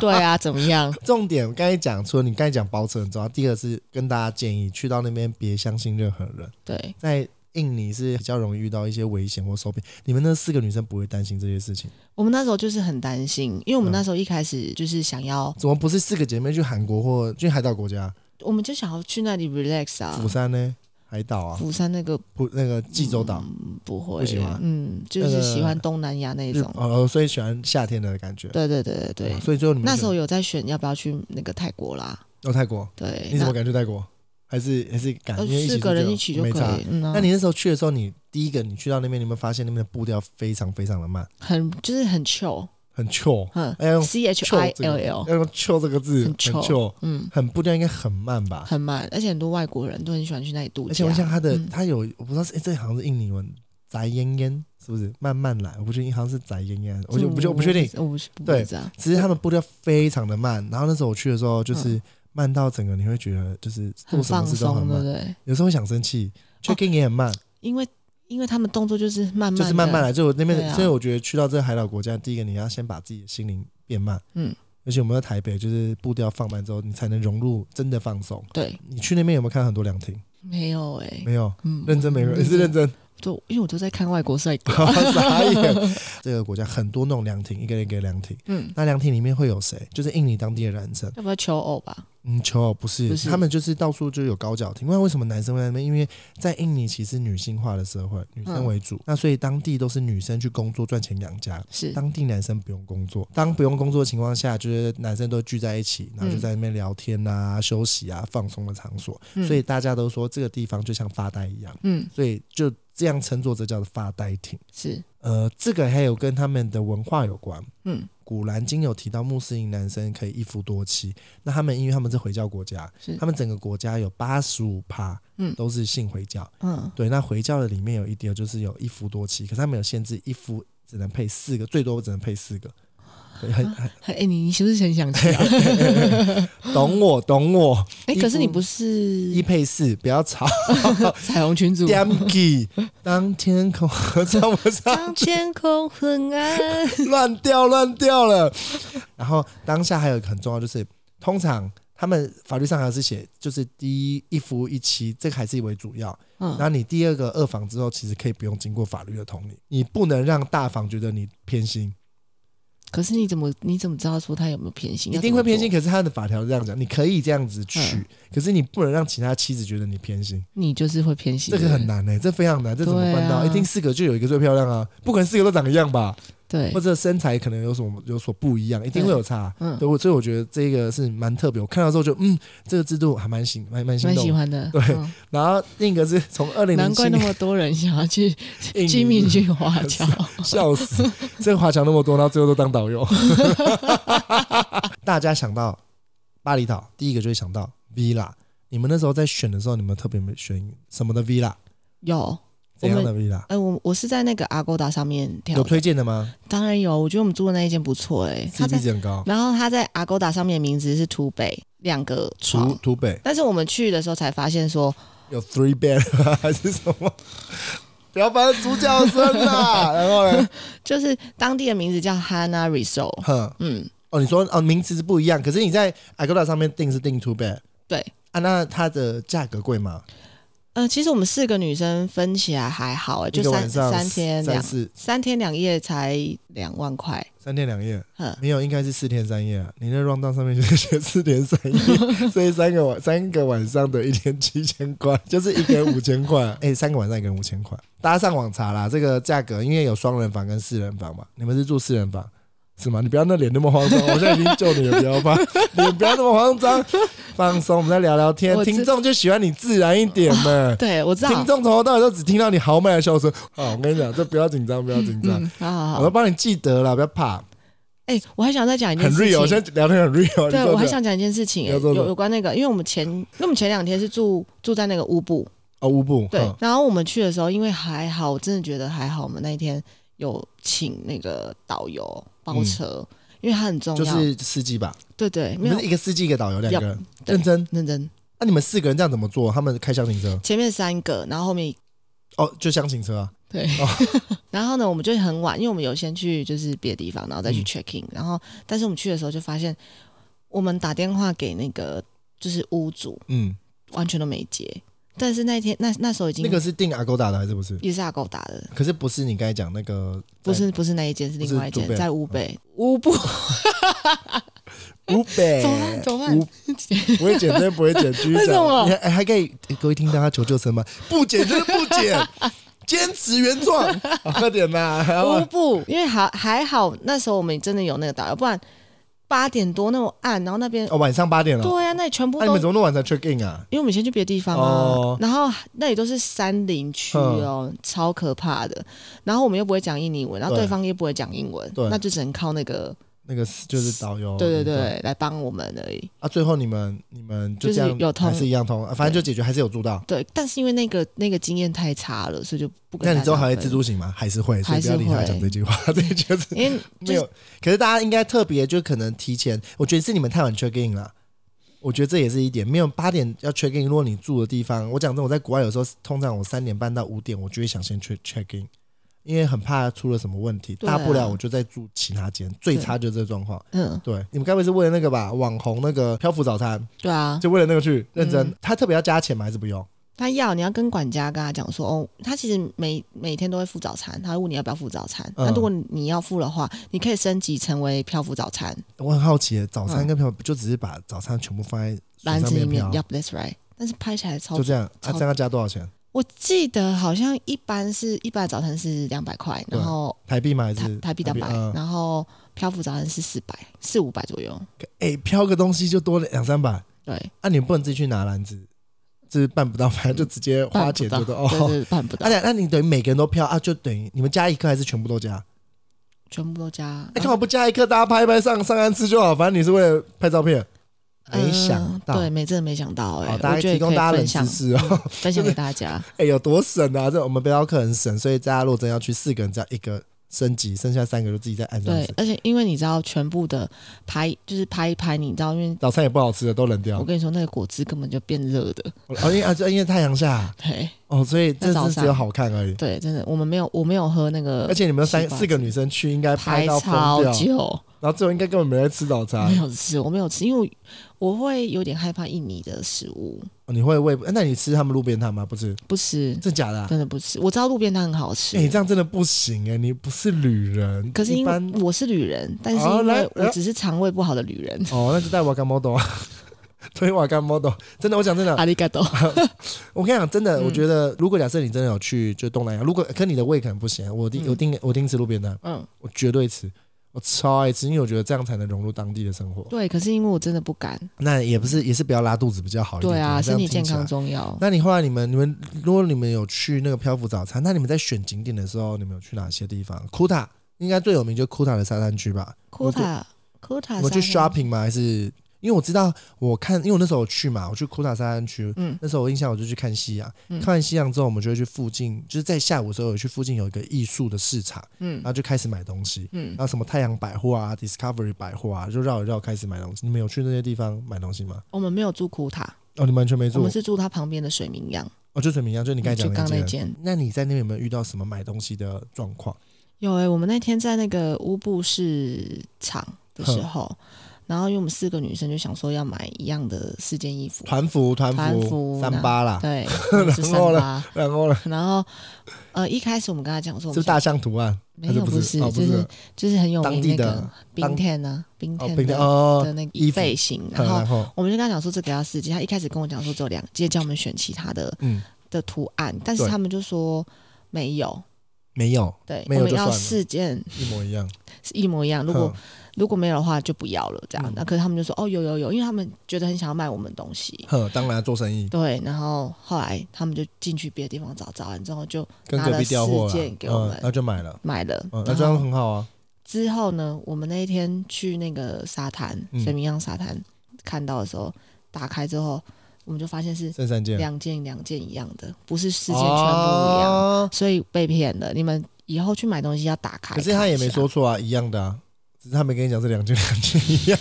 对啊，怎么样？
重点，我刚才讲，除了你刚才讲包车很重要，第二个是跟大家建议，去到那边别相信任何人。
对，
在印尼是比较容易遇到一些危险或受骗，你们那四个女生不会担心这些事情？
我们那时候就是很担心，因为我们
嗯
那时候一开始就是想要，
怎么不是四个姐妹去韩国或去海岛国家？
我们就想要去那里 relax 啊。
釜山呢？海岛啊，
釜山那个
不那个济州岛，
嗯不会
不喜欢
嗯，就
那
是
个
喜欢东南亚那
日
种。
哦，所以喜欢夏天的感觉。
对对对对对
哦，所以最后你们
那时候有在选要不要去那个泰国啦，
哦泰国，
对，
你怎么敢去泰国？还是还是敢？
那呃
因为起
四个人一起就
没
可
差
以。，嗯啊、
那你那时候去的时候，你第一个你去到那边，你有没有发现那边的步调非常非常的慢，
很就是很 chill，
很 chill，哎
嗯
要用
C H I
chill 这
L
个
L，
要用 chill 这个字，很
很 chill
chill，
嗯，
很步调应该很慢吧？
很慢，而且很多外国人都很喜欢去那里度
而且我想
假。
他的
嗯
他有我不知道是诶这好像是印尼文，宅烟烟是不是？慢慢来，我不确定好像是宅烟烟，我就我就我不确定。
我不我不
对
知道。
其实他们步调非常的慢，然后那时候我去的时候就是慢到整个你会觉得就是做
嗯很
什么
放
事都很
松，对不哦
慢，
对？
有时候会想生气，check in 也很慢，
因为因为他们动作就是慢慢，
就是慢慢。来。就我那边，
对啊
所以我觉得去到这个海岛国家，第一个你要先把自己的心灵变慢，
嗯，
而且我们在台北就是步调放慢之后，你才能融入真的放松。
对，
你去那边有没有看很多凉亭？
没有哎，
没有，
嗯，
认真没有，
嗯
你是认真，
就因为我都在看外 国帅哥，
傻 眼。这个国家很多那种凉亭，一个人一个凉亭，
嗯，
那凉亭里面会有谁？就是印尼当地的男生。
要不要求偶吧？
嗯，求偶不是，
不是
他们就是到处就有高脚亭。那为什么男生会在那边？因为在印尼其实女性化的社会，女生
嗯
为主，那所以当地都是女生去工作赚钱养家，
是，
当地男生不用工作。当不用工作的情况下，就是男生都聚在一
嗯
起，然后就在那边聊天啊、休息啊、放松的场所。
嗯
所以大家都说这个地方就像发呆一样，
嗯，
所以就这样称作这叫做发呆亭。
是，
呃，这个还有跟他们的文化有关。
嗯，
古兰经有提到穆斯林男生可以一夫多妻，那他们因为他们是回教国家
是，
他们整个国家有八十五趴，
嗯
都是信回教。
嗯，
对，那回教的里面有一点就是有一夫多妻，可是他们有限制，一夫只能配四个，最多只能配四个。对，很 很
哎，你你是不是很想去啊？
懂我，懂我，
哎，可是你不
一
是
配四，不要 吵。
彩 虹群组
d a m k 当天空 唱不上
当天空昏暗，
乱掉乱掉了。然后当下还有一个很重要，就是通常他们法律上还是写，就是第一一夫一妻，这个还是以为主要。然
嗯，
后你第二个二房之后，其实可以不用经过法律的同意，你不能让大房觉得你偏心，
可是你怎么你怎么知道说他有没有偏心？
一定会偏心。
要怎么
可是他的法条是这样讲，你可以这样子取，
嗯
可是你不能让其他妻子觉得你偏心，
做，你就是会偏心
这
的。
个很难哎、这非常难，这怎么
对啊
办到？一定四个就有一个最漂亮啊，不可能四个都长一样吧？
对
或，者身材可能有什么有所不一样，一定会有差。
嗯
对，，我所以我觉得这个是蛮特别。我看到之后就嗯，这个制度还蛮喜蛮蛮心
蛮
动
喜
的。
欢的。
对
嗯
然后另一个是从二零
难
零
怪
七
那
年
么多人想要 去
印尼
居民去华侨。
笑死，这个华侨那么多，然后最后都当导游。 大家想到巴厘岛，第一个就会想到 villa。你们那时候在选的时候，你们特别没选什么的 villa，
有，
怎样的 villa？
哎，我我是在那个阿勾达上面跳
有
的，
推荐的吗
当然有。我觉得我们住的那一间不错，哎，他
？CP
在，
值很高，
然后他在阿勾达上面的名字是土北两个
土
床，
土北
但是我们去的时候才发现说，
有 three bed 还是什么？不要翻主角声啦！ 然后呢？
就是当地的名字叫 Hana Resort，
哼，
嗯，
哦，你说哦，名字是不一样，可是你在 Agoda 上面订是订 Two Bed
对。
啊，那它的价格贵吗？
呃，其实我们四个女生分起来还好哎、
一个
就
晚
三
上
三天
三
两
四
三天两夜才两万块，
三天两夜，
嗯，
没有，应该是四天三夜啊。你那 round down 上面就写四天三 夜，所以三个晚三个晚上的一天七千块，就是一个人五千块， 哎、三个晚上一个人五千块。大家上网查啦，这个价格，因为有双人房跟四人房嘛，你们是住四人房。是吗？你不要那脸那么慌 张，我现在已经救你了，不要怕，你不要那么慌张，放松，我们再聊聊天。
我知
听众就喜欢你自然一点嘛。
对我知道
听，众从头到尾都只听到你豪迈的笑声。好，我跟你讲，这不要紧张，不要紧张，
嗯，好好
我都
好，
帮你记得了，不要怕。
哎、我还想再讲一件
很
事
real，
情
现。在聊天很 real。
对，
你说
我还
的
想讲一件事情、哎
要做
有
什么
有关那个，因为我们前，因为我们前两天是住住在那个乌布，
哦，乌布
对
哼，
然后我们去的时候，因为还好，我真的觉得还好，我们那一天有请那个导游包车，因为它很重
嗯
要，
就是司机吧？
对对，
你
没有
们一个司机一个导游两个人，
对
认真。
认真。
那你们四个人这样怎么做？他们开箱型车
前面三个，然后后面
哦，就箱型车啊。
对，然后呢，我们就很晚，因为我们有先去就是别的地方，然后再去
嗯
check in，、然后但是我们去的时候就发现，我们打电话给那个就是屋主，
嗯，
完全都没接。但是那一天那那时候已经
那个是订阿勾达的还是不是？
也是阿狗打的，
可是不是你刚才讲那个？
不是不是那一间，是
不
另
是嗯
外一
杜
间，
贝
在乌北 乌布，
五北，
走啊走啊
乌不会剪，真的不会剪，继续
为什么
讲。你还还可以，欸各位听到他求救声吗？不剪就是不剪， 坚持原 状，好快点呐！还
乌
要
布，因为还还好那时候我们真的有那个导游，不然八点多那么暗，然后那边、
哦，晚上八点了，
对啊，那里全部
那你
都
们怎么那么晚才 check in 啊？
因为我们先去别的地方啊，
哦嗯
然后那里都是山林区哦，超可怕的。然后我们又不会讲印尼文，然后
对
对方又不会讲英文
对，哦
那就只能靠那个
那个是就是导游，
对对对来帮我们而已。
啊，最后你们你们就这
就
样
是有通
还是一样通，啊反正就解决还是有做到。
对，但是因为那个那个经验太差了，所以就不跟
那你
大
之后
家
还会
分
自助型吗？还是会，所以不
还是
要理他
会
讲这句话， 这句就是
因为
没
就
有
是。
可是大家应该特别就可能提前，我觉得是你们太晚 check in 了。我觉得这也是一点，没有八点要 check in。如果你住的地方，我讲真的，我在国外有时候通常我三点半到五点，我就会想先去 check in，因为很怕出了什么问题。
对啊
大不了我就再住其他间，最差就是这状况。
嗯，
对，你们该不会是为了那个吧？网红那个漂浮早餐，
对啊，
就为了那个去认真？
嗯
他特别要加钱吗？还是不用？
他要你要跟管家跟他讲说，哦，他其实每每天都会付早餐，他会问你要不要付早餐。
嗯
那如果你要付的话，你可以升级成为漂浮早餐
我很好奇，早餐
嗯
跟漂浮就只是把早餐全部放在水
篮
上
子里
面
面
漂，
，Yep，that's right。但是拍起来超
就这样。啊，
超
这样要加多少钱？
我记得好像一般是一般的早餐是两百块，
对
然后
台币吗？还
台
是
台币两百、
嗯
然后漂浮早餐是四百四五百左右。
哎、飘个东西就多了两三百，
对，
啊，你们不能自己去拿篮子，这是办不到，反正就直接花
办
钱
不
就
到，
对
对
哦。
对，办不到
啊，，那那你等于每个人都飘啊，就等于你们加一颗还是全部都加？
全部都加。
哎、
然
干
后
嘛不加一颗？大家拍一拍上上岸吃就好，反正你是为了拍照片。没想到，
呃对，没真的没想到哎、
好，
我
大
觉
家
得
提供
可以
大家冷
分
知
享
识哦。
分享给 大家。
哎、有多省啊！这我们背包客很省，所以大家如果真要去，四个人只要一个升级，剩下三个就自己在岸上
对
吃，。
而且因为你知道，全部的拍就是拍一拍，你知道，因为
早餐也不好吃的，都冷掉
我。跟你说，那个果汁根本就变热的。
哦，因为啊，就因为太阳下
对
哦，所以这
那早
是只有
上呃
好看而已。
对，真的，我们没有，我没有喝那个，
而且你们三
西瓜汁
四个女生去，应该拍
拍
到疯
超
掉，
久。
然后最后应该根本没在吃早餐
没。 有吃，我没有吃，因为我我会有点害怕印尼的食物，
哦你会喂？哎那你吃他们路边摊吗？不吃，
不吃，
真假的、啊？
真的不吃。我知道路边摊很好吃，
哎你这样真的不行哎、你不是旅人。
可是
一
因
般
为我是旅人，但是
哦
因
来
为我只是肠胃不好的旅人。
哦，那就带瓦干 model 啊， 推瓦干 model。真的，我讲真的，
阿里嘎多，
啊我跟你讲真的，
嗯
我觉得如果假设你真的有去就东南亚，如果可你的胃可能不行，我定
嗯
我定我定吃路边摊，
嗯，
我绝对吃。我超爱吃，因为我觉得这样才能融入当地的生活。
对。可是因为我真的不敢，
那也不是，也是不要拉肚子比较好一点。
对啊，
这
身
样
体
听
健
起来
康重要。
那你后来你们你们如果你们有去那个漂浮早餐，那你们在选景点的时候，你们有去哪些地方？库塔应该最有名就是库塔的沙滩区吧？
库塔库塔，
你们去 shopping 吗？还是因为我知道我看，因为我那时候有去嘛，我去库塔沙滩区，
嗯，
那时候我印象我就去看夕阳，
嗯
看完夕阳之后，我们就会去附近，就是在下午的时候有去附近有一个艺术的市场，
嗯
然后就开始买东西。
嗯
然，后什么太阳百货啊、Discovery 百货啊，就绕一绕开始买东西。你们有去那些地方买东西吗？
我们没有住库塔，
哦，你们完全没
我
住
们，是住它旁边的水明漾。
哦，就水明一样，就你刚才讲
就刚
那
那间
那你在那边有没有遇到什么买东西的状况？
有欸诶、我们那天在那个乌布市场的时候，然后因为我们四个女生就想说要买一样的四件衣服，
团服、团
团服
三八啦，
对，我们是
然后
三
呢
八。
然后呢，
然后，呃，一开始我们跟他讲说，
是
我
不
们
是大象图案？
没
还是
有
不
不
是
是，
哦不
就是是就是很有
当
名
地
那
的
个冰天啊，冰
哦，
天
冰
的
的哦，
的那
衣
个
服
背心。
嗯
然后
然后
我们就跟他讲说这个要四件，他一开始跟我讲说只有两件，叫我们选其他的
嗯，
的图案，但是
对
他们就说没有，
没有，
对，
没有
我们
就
要
算了
四件
一模一样。
是一模一 样，如果
哼
如果没有的话就不要了，这样
嗯。
那、可是他们就说哦有有有，因为他们觉得很想要卖我们东西。
哼，当然要做生意，
对，然后后来他们就进去别的地方找，找完之后就
跟隔壁调货
拿了四件
了，
给我们
嗯，那就买了，
买了。
嗯，那
然
这样
后
很好啊。
之后呢，我们那一天去那个沙滩，
嗯
水明漾沙滩看到的时候，打开之后，我们就发现是
圣三件，
两件两件一样的，不是四
之
件全部一样，
哦、
所以被骗了。你们以后去买东西要打开，
可是他也没
看一下
说，错啊，一样的啊，只是他没跟你讲这两件两件一 样，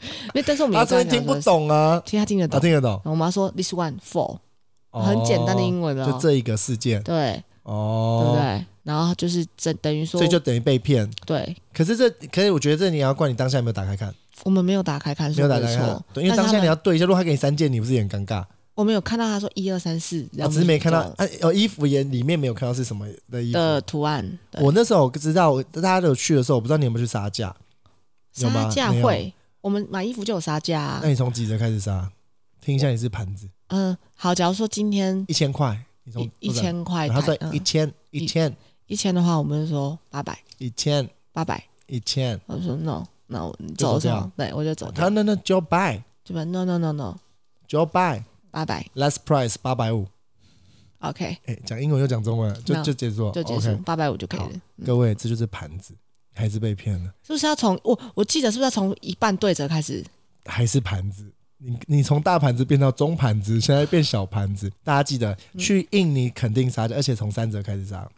因为但是我们
他
有跟
真的
讲
听不
说，
懂啊，
其实他听得
他
懂。
听得懂，
我妈说 this one for，
哦
很简单的英文
就
哦，
这一个事件
对对不
哦，
对？然后就是等等于说
所以，就等于被骗。
对
可是这，可是我觉得这你要怪你当下有没有打开看，
我们没有打开看，
没有打开
所以
看
错，，
对，因为
但
当下
是
你
他们
要对一下，如果他给你三件，你不是也很尴尬？
我们有看到他说一二三四，
我
然后
只是没
就
看到
走，
啊，哦，衣服也里面没有看到是什么的衣服。
的图案。呃对
我那时候我知道，大家都有去的时候，我不知道你有没有去杀价。
啊
有吗
杀价
没有哎
会，我们买衣服就有杀价、啊
那。你从几折开始杀？听一下你是盘子，
嗯，好，假如说今天
一千块，你从
一一，千块
然后再，
台
一
嗯
千一千
一千的话，我们就说八百，
一千
八百。
一千，
我就说 no，那我你
就
走
走
的时候
掉，
对我就走
他
掉，
那那九百
就把 no no no no
九百
八百
，last price 八百五。
，OK
哎，讲英文又讲中文，就
No，
就结束了，
就结束，
哦 OK
八百五就可以
好
了。嗯
各位，这就是盘子，还是被骗了，
是不是要从我我记得是不是要从一半对折开始？
还是盘子。你你从大盘子变到中盘子，现在变小盘子，大家记得
嗯
去印尼肯定杀价，而且从三折开始杀，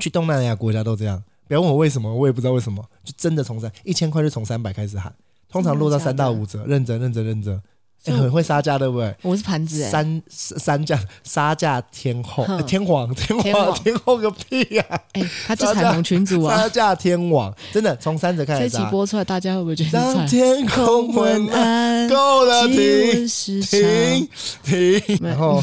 去东南亚国家都这样。不要问我为什么，我也不知道为什么，就真的从三一千块就从三百开始喊，通常落到三到五折，认真认真认真，哎、
所以我
很会杀价，对不对？
我是盘子哎、
三三价杀价天后、
哼
呃天皇天
天
皇
皇
天后个屁呀、
哎、他就
杀价
彩虹群主啊，
杀价天王真的从三折开
这
始
期
杀，
播出来大家会不会觉得
让
彩
天啊空昏暗。
安
够了，停
温时尚
停停。
没
然后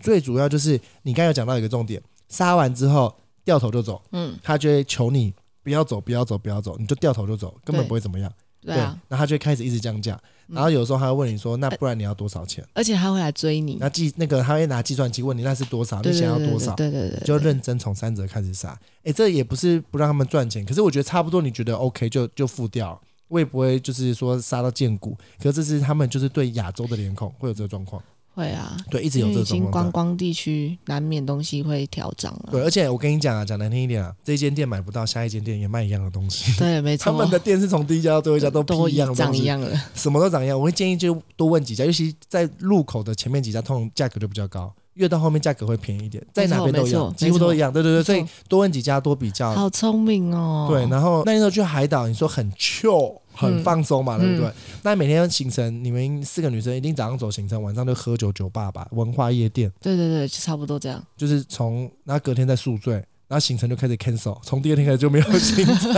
最主要就是你刚才有讲到一个重点，杀完之后掉头就走，
嗯，
他就会求你不要走，不要走，不要走，你就掉头就走，根本
对
不会怎么样。
对啊，
然后他就会开始一直降价，然后有时候他会问你说，那不然你要多少钱？
而且他会来追你，
那计那个他会拿计算机问你那是多少，你
对对
想要
对
多
对
少？
对对对，
就
对
认真从三折开始杀。哎、这也不是不让他们赚钱，可是我觉得差不多，你觉得 OK 就就付掉，我也不会就是说杀到见骨。可是这是他们就是对亚洲的脸孔会有这个状况，
会啊，
对，一直
因
有
为
这
已
个
经
状
观
况在。
光地区难免东西会调涨
对，
了，
而且我跟你讲啊，讲难听一点啊，这一间店买不到，下一间店也卖一样的东西。
对，没
他
错，
们的店是从第一家到最后一家都批一样的东
长
西
一，样了，
什么都长一样。我会建议就多问几家，尤其在路口的前面几家，通常价格就比较高，越到后面价格会便宜一点，在哪边都一
没错
样，几乎
没错
都一样。对对对，
没错
所以多问几家，多比较，
好聪明哦，
对，然后那你那时候去海岛，你说很
嗯
chill，很放松嘛，对不对？那每天行程，你们四个女生一定早上走行程，晚上就喝酒酒吧吧，文化夜店，
对对对，就差不多这样，
就是从然后隔天再宿醉，然后行程就开始 cancel，从第二天开始就没有行程，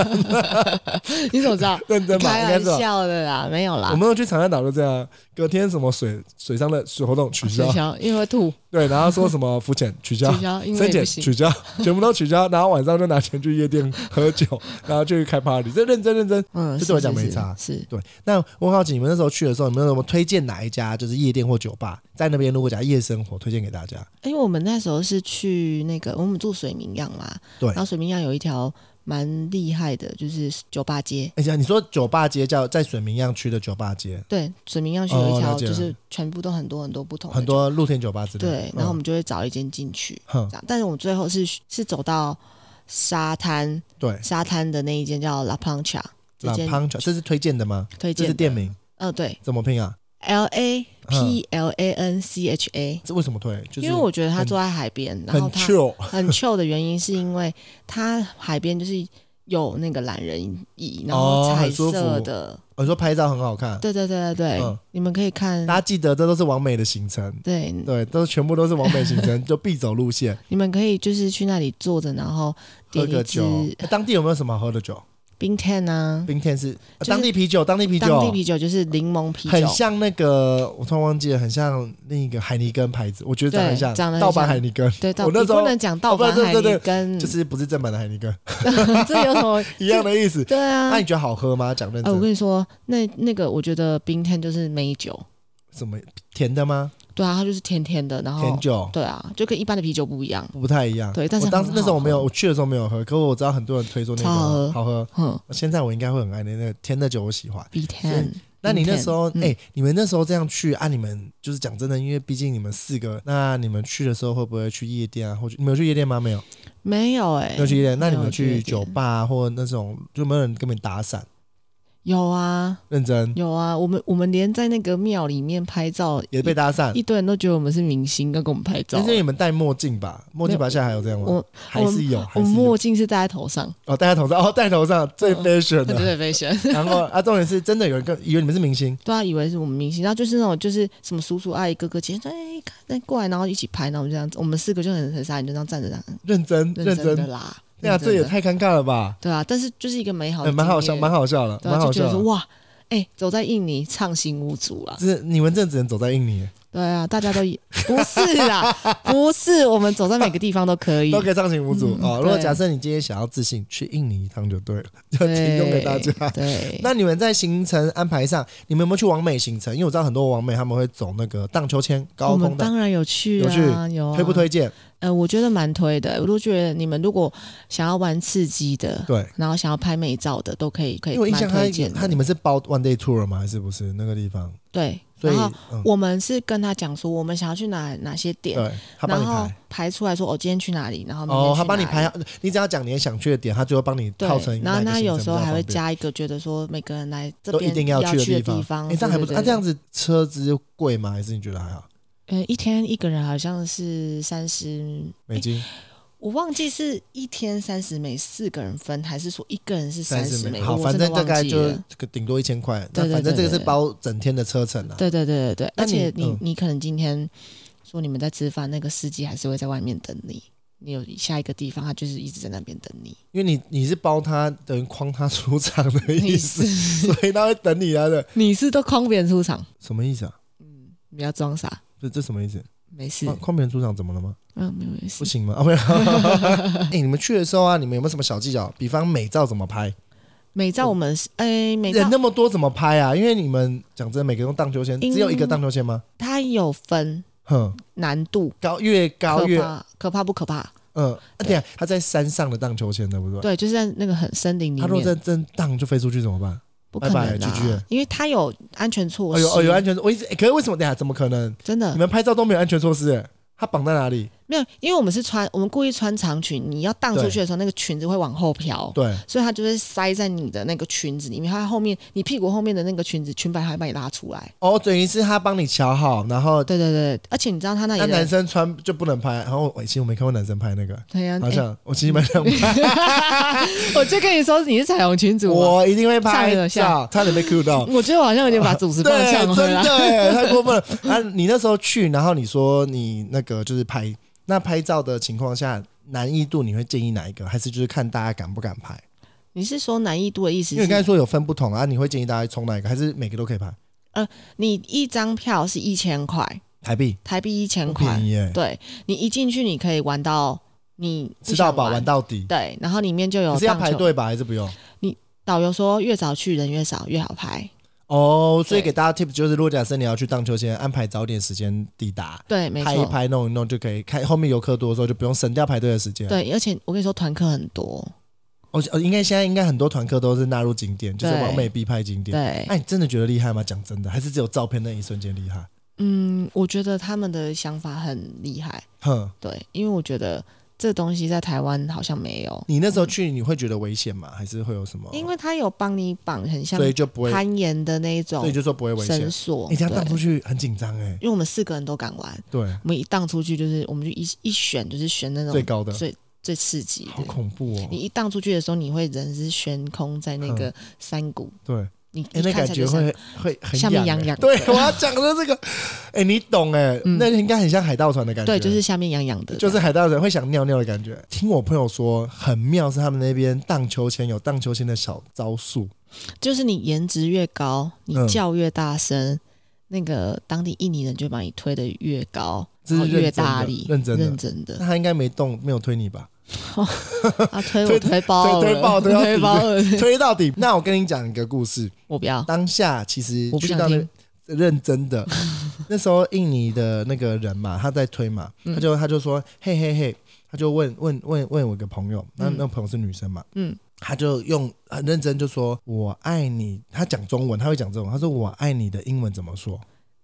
你怎么 知道？
认真吧，
开
应该
玩
是吧。
笑的啦，没有
我
啦，
们有去长滩岛就这样，隔天什么水水上的水活动取消
取，消，因为会吐，
对，然后说什么浮潜取消
取，消，因
深
为
检
不行，
取消，全部都取消，然后晚上就拿钱去夜店喝酒，然后去开 party，这认真认真，
嗯，
这
是
对我讲
是
没
是
差
是
对，那我很好奇你们那时候去的时候，有没有什么推荐哪一家就是夜店或酒吧，在那边如果讲夜生活，推荐给大家？
因为我们那时候是去那个，我们住水明漾嘛，
对
然后水明漾有一条蛮厉害的，就是酒吧街，
而且哎你说酒吧街叫在水明漾区的酒吧街，
对，水明漾区
哦
有一条
了解了
就是全部都很多很多不同的
很
酒
多露天酒吧之类的。嗯
对，然后我们就会找一间进去，
哼
这，样，但是我们最后是是走到沙滩
对，
沙滩的那一间叫 La Plancha 这
老
间
Pancho 这是推荐的吗？
推
这
荐
是
的
店，名，
呃，对
怎么拼啊？
，L A P L A N C H A。
这为什么推？嗯就是
因为我觉得他
很
坐在海边，然
很
后他
chill，
很 chill 的原因是因为它海边就是有那个懒人椅，然后
哦
彩
很舒服
色的，
我哦说拍照很好看，
对对对对对，
嗯
你们可以看
大，家记得这都是完美的行程。
对，
对，都全部都是完美行 程，就必走路线。
你们可以就是去那里坐着，然后
喝
点
个
一
酒
支，
那当地有没有什么好喝的酒？
冰 ten 啊，
冰天是呃
就是
当地啤酒，当地啤酒，
当地啤酒就是柠檬啤
很
酒，
像那个，我突然忘记了，很像另一个海尼根牌子，我觉得长得很像，
对长得很
盗版
像嗯
海尼根，
对，到
我那
你
时候
不能讲盗
哦不
版
然
海
对对
尼
对
根，
就是不是正版的海尼根，
这有什么？
一样的意思。
对啊
那、，你觉得好喝吗？讲认
哎，我
真，
跟你说，那那个我觉得冰 ten 就是美酒，
什么甜的吗？
对啊，它就是甜甜的，然
甜
后
酒
对啊，就跟一般的啤酒不一样，
不太一样。
对但是
我当时
很
那时候我没有，
好喝
我去的时候没有喝，可我知道很多人推说那个
超好喝
好喝。
哼
现在我应该会很爱那个甜的酒，我喜欢。
，B
所以
ten。
那你那
天
时候，哎、
嗯
你们那时候这样去啊？你们就是讲真的，因为毕竟你们四个，那你们去的时候会不会去夜店啊？或者你们有去夜店吗？没有，
没有哎、
没有去夜店。那你们
没有
有
去夜
去
店
酒吧、啊、或那种，就没有人跟你打伞？
有啊
认真
有啊，我们我们连在那个庙里面拍照
也被搭讪
一，一堆人都觉得我们是明星，要跟我们拍照
但。是你们戴墨镜吧？墨镜吧现在还有这样吗
我？
还是有，
我
还
们
是
墨
有。
镜是戴在头上，
哦，戴在头上，哦，戴头上最
嗯
fashion
我觉
的。
得被选。
然后啊，重点是真的有人跟以为你们是明星，
对啊，以为是我们明星，然后就是那种就是什么叔叔阿姨哥哥姐姐，哎，看那过来，然后一起拍，然后我们这样子，我们四个就很很傻眼，就这样站着，这样
认真认
认真的
真。
啦。
对啊，
认真
这也
的
太尴尬了吧？
对啊，但是就是一个美好
哎
的经验，
蛮好笑，蛮好笑的，
对
蛮
啊，
好
就觉
笑
得说
的。
哇，哎，走在印尼畅行无阻啊啦。
这你们这只能走在印尼。
对啊，大家都以 不是 啦，不是，我们走在每个地方都可以
都。可以畅行无阻
嗯
哦。如果
对
假设你今天想要自信，去印尼一趟就对了，就
对
提供给大家。
对，
那你们在行程安排上，你们有没有去完美行程？因为我知道很多完美他们会走那个荡秋千、
我
高
们
空的，
当然有去啊，有啊
推不？推荐？
呃，我觉得蛮推的。我都觉得你们如果想要玩刺激的，
对，
然后想要拍美照的，都可以，可以
因为我印
蛮
象他
推荐的。
他你们是包 one day tour 吗？还是不是那个地方？
对，
所以
然后
嗯，
我们是跟他讲说，我们想要去哪哪些点，
对，呃他帮
然
你
后
排。
排出来说，哦，今天去哪里，然后明天
哦，
去
他帮你
哪里
排好，你只要讲你想去的点，他就会帮你
对
套成。
然后他
那
有时候还会
加。
加一个，觉得说每个人来这
都
边
一定
要
去
去
地
地
方，
方，
哎，这样还不错。
对
那这，样
对对
子车资贵吗？还是你觉得还好？
呃，一天一个人好像是三十，
美金
我忘记是一天三十美，四个人分，还是说一个人是
三
十
十
美？
美，好，
我
反
真的
正大概
忘记
就
了
这个顶多一千块。那
对对
反正这
对
个是
对
包整天的车程啊。
对对对对对，
那
而且
你
你
嗯
你可能今天说你们在吃饭，那个司机还是会在外面等你。你有下一个地方，他就是一直在那边等你。
因为你你是包他等于框他出场的意
你
思，
是
所以他会等你啊的。
你是都框别人出场，
什么意思啊？
嗯，不要装傻，
这这什么意思？
没事
框，框别人出场怎么了吗？
嗯，没有没
哦不
事。
行吗？啊，没有。 哎，你们去的时候啊，你们有没有什么小技巧？比方美照怎么拍？
美照我们是，哎，美照
哦人那么多怎么拍啊？因为你们讲真，每个人用荡秋千，
因
只有一个荡秋千吗？
它有分
哼，
难度，
高越高
可
越
怕可怕不可怕？
嗯，啊，对啊，他在山上的荡秋千，对不对？
对，就是在那个很森林里
他如果
面，
真真荡就飞出去怎么办？
不可能
拜拜 GG
的，因为它有安全措
哦
施。
有哦有安全措，我一直、欸可是为什么？等一下怎么可能？
真的
你们拍照都没有安全措施、欸？他绑在哪里？
没有，因为我们是穿，我们故意穿长裙，你要荡出去的时候，那个裙子会往后飘。
对，
所以它就会塞在你的那个裙子里面，它后面你屁股后面的那个裙子裙摆还把你拉出来。
哦，等于是他帮你瞧好，然后
对对对，而且你知道它那里
那
的
男生穿就不能拍。然后我、欸其实我没看过男生拍那个，
对呀、
好像、我其实蛮想拍，
哎我就跟你说你是彩虹裙主，我
我一定会拍
上
照，
得下
差点被 Q 到。
我觉得我好像有点把主持棒
对，
抢
真
回来。
的欸太过分了。啊，你那时候去，然后你说你那个就是拍，那拍照的情况下，难易度你会建议哪一个？还是就是看大家敢不敢拍？
你是说难易度的意思
因
是
为你刚才说有分不同啊，你会建议大家冲哪一个？还是每个都可以拍？
你一张票是一千块，
台币
台币一千
不
块
便，宜耶，
对你一进去你可以玩到你
吃到饱
你想
玩到底。
对，然后里面就有
你是要
棒
排
球
队吧，还是不用？
导游说越早去人越少越好排，
哦，所以
对
给大家 tip 就是，如果假设你要去荡秋千，安排早点时间抵达，
对，没
拍一
错，
拍弄一弄就可以开。后面游客多的时候就不用省掉排队的时间。
对，而且我跟你说团客很多，
哦，哦，应该现在应该很多团客都是纳入景点，就是
对
完美必拍景点。
对，
那、你真的觉得厉害吗？讲真的，还是只有照片那一瞬间厉害？
嗯，我觉得他们的想法很厉害，
哼，
对，因为我觉得这东西在台湾好像没有，
你那时候去你会觉得危险吗？还是会有什么？
因为他有帮你绑很像
所以就不会，
攀岩的那一种
所以就说不会危险
绳。索，
你、这样
对
荡出去很紧张哎，
因为我们四个人都敢玩，
对，
我们一荡出去就是，我们就一一选就是选那种
最高的，
最最刺激
好
的。
恐怖哦
你。一荡出去的时候，你会人是悬空在那个山谷，
对，
你
哎、
一
那
看
感
起来
觉
就像
会会很
下面
痒
痒
欸
痒
对，我要讲的这个，哎、你懂哎、
嗯
那应该很像海盗船的感觉。
对，就是下面痒痒的，
就是海盗人会想尿尿的感觉。听我朋友说，很妙是他们那边荡秋千有荡秋千的小招数。
就是你颜值越高，你
嗯
叫越大声，那个当地印尼人就把你推的越高，
这是
然后哦越
认真的
大力，
认真的
认真
那
的，
他应该没动，没有推你吧？
他推我推
推
包了，
推爆推到
推包了，
推到底。那我跟你讲一个故事，
我不要，
当下其实
我不
去
想
到那
听
认真 的，那时候印尼的那个人嘛，他在推嘛，
嗯
他就他就说嘿嘿嘿，他就问问问问我一个朋友，那
嗯
那朋友是女生嘛，
嗯，
他就用很认真就说“我爱你”，他讲中文，他会讲中文，他说“我爱你”的英文怎么说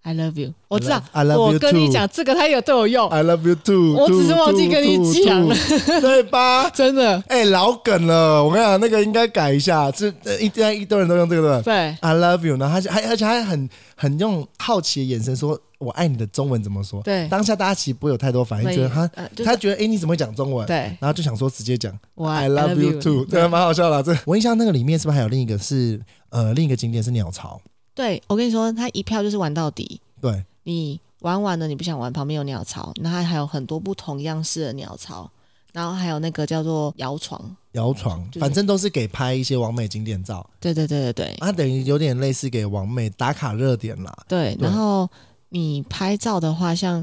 I love you，我知道
I love you
我跟
too
你
哎
讲，这个他有对我用，
？I love you too。
哦我只是忘记跟你讲了，
对吧？
真的，
哎、老梗了，我跟你讲，那个应该改一下，这呃一堆一堆人都用这个对不对
对，
？I love you，然后他就还而且还很很用好奇的眼神说“我爱你”的中文怎么说？
对
当下大家其实不会有太多反应，觉得他
呃就是
他觉得哎、你怎么会讲中文？
对
然后就想说直接讲
我
I love you too，
对
这还蛮好笑的啊。这我印象那个里面是不是还有另一个是呃另一个景点是鸟巢？
对我跟你说，他一票就是玩到底，
对，
你玩完了你不想玩，旁边有鸟巢，然后还有很多不同样式的鸟巢，然后还有那个叫做摇床，
摇床，
就是
反正都是给拍一些完美景点照，
对对对对对
它等于有点类似给完美打卡热点啦。
对，
对
然后你拍照的话，像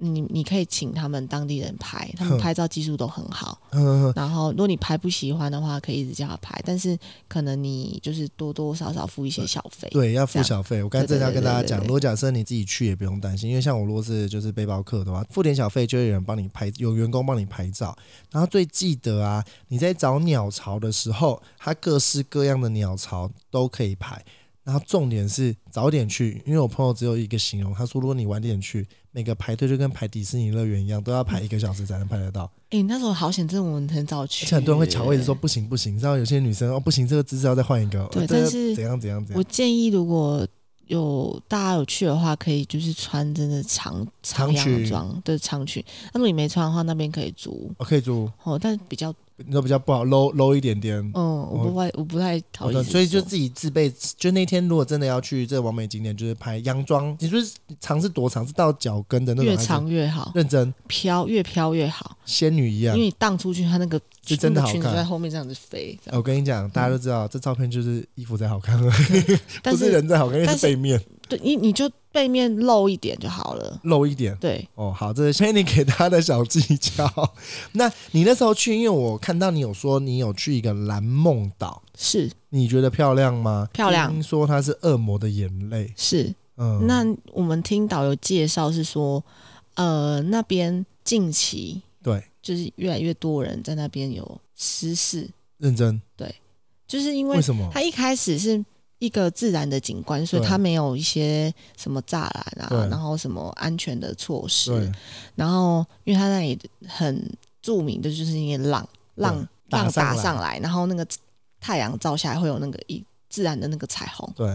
嗯你你可以请他们当地人拍，他们
哼
拍照技术都很 好，
嗯，
然后如果你拍不喜欢的话，可以一直叫他拍，但是可能你就是多多少少付一些小费，
对，要
这
付
样
小费。我刚才正要跟大家讲，
对对对对对
如果假设你自己去也不用担心，因为像我如果是就是背包客的话，付点小费就会有人帮你拍，有员工帮你拍照。然后最记得啊，你在找鸟巢的时候，它各式各样的鸟巢都可以拍。然后重点是早点去，因为我朋友只有一个形容，他说如果你晚点去，每个排队就跟排迪士尼乐园一样，都要排一个小时才能排得到。
哎、那时候好险，真的我们很早去，
而且很多人会抢位置说不行不行，你知道有些女生哦不行，这个姿势要再换一个，
对
哦这个
但是
怎样怎样怎样
我。建议，如果有大家有去的话，可以就是穿真的长
长
洋
裙
装，对长裙。那如果你没穿的话，那边可以租
我可以住，
哦，但比较
你都比较不好 low low 一点点。
嗯，我不太我不太讨
好
厌
的，
这
哦
种，
所以就自己自备。就那天如果真的要去这完美景点，就是拍洋装。你说是长是多长？是到脚跟的那种？
越
还是
长越好，
认真，
飘越飘越好，
仙女一
因
样
为。你荡出去，它那个
是真的
那个
好
裙子
看
在后面这样子飞，这
哎
样
我跟你讲，大家都知道、这照片就是衣服才好 看而已，
但
不是人才好看，因为
但
是
是
背面
对你你就背面露一点就好了，
露一点。
对。
哦，好，这是 Penny 给大家的小技巧。 那你那时候去，因为我看到你有说你有去一个蓝梦岛，
是
你觉得漂亮吗？
漂亮
听说它是恶魔的眼泪。
是，
嗯，
那我们听导游介绍是说，呃，那边近期
对，
就是越来越多人在那边有失事，
认真。
就是因为
为什么？
它一开始是一个自然的景观，所以
对
它没有一些什么栅栏啊
对，
然后什么安全的措
对
施，，然后因为它那里很著名的就是因为浪浪
打
浪
上
打
来
上来，然后那个太阳照下来会有那个一自然的那个彩虹，
对，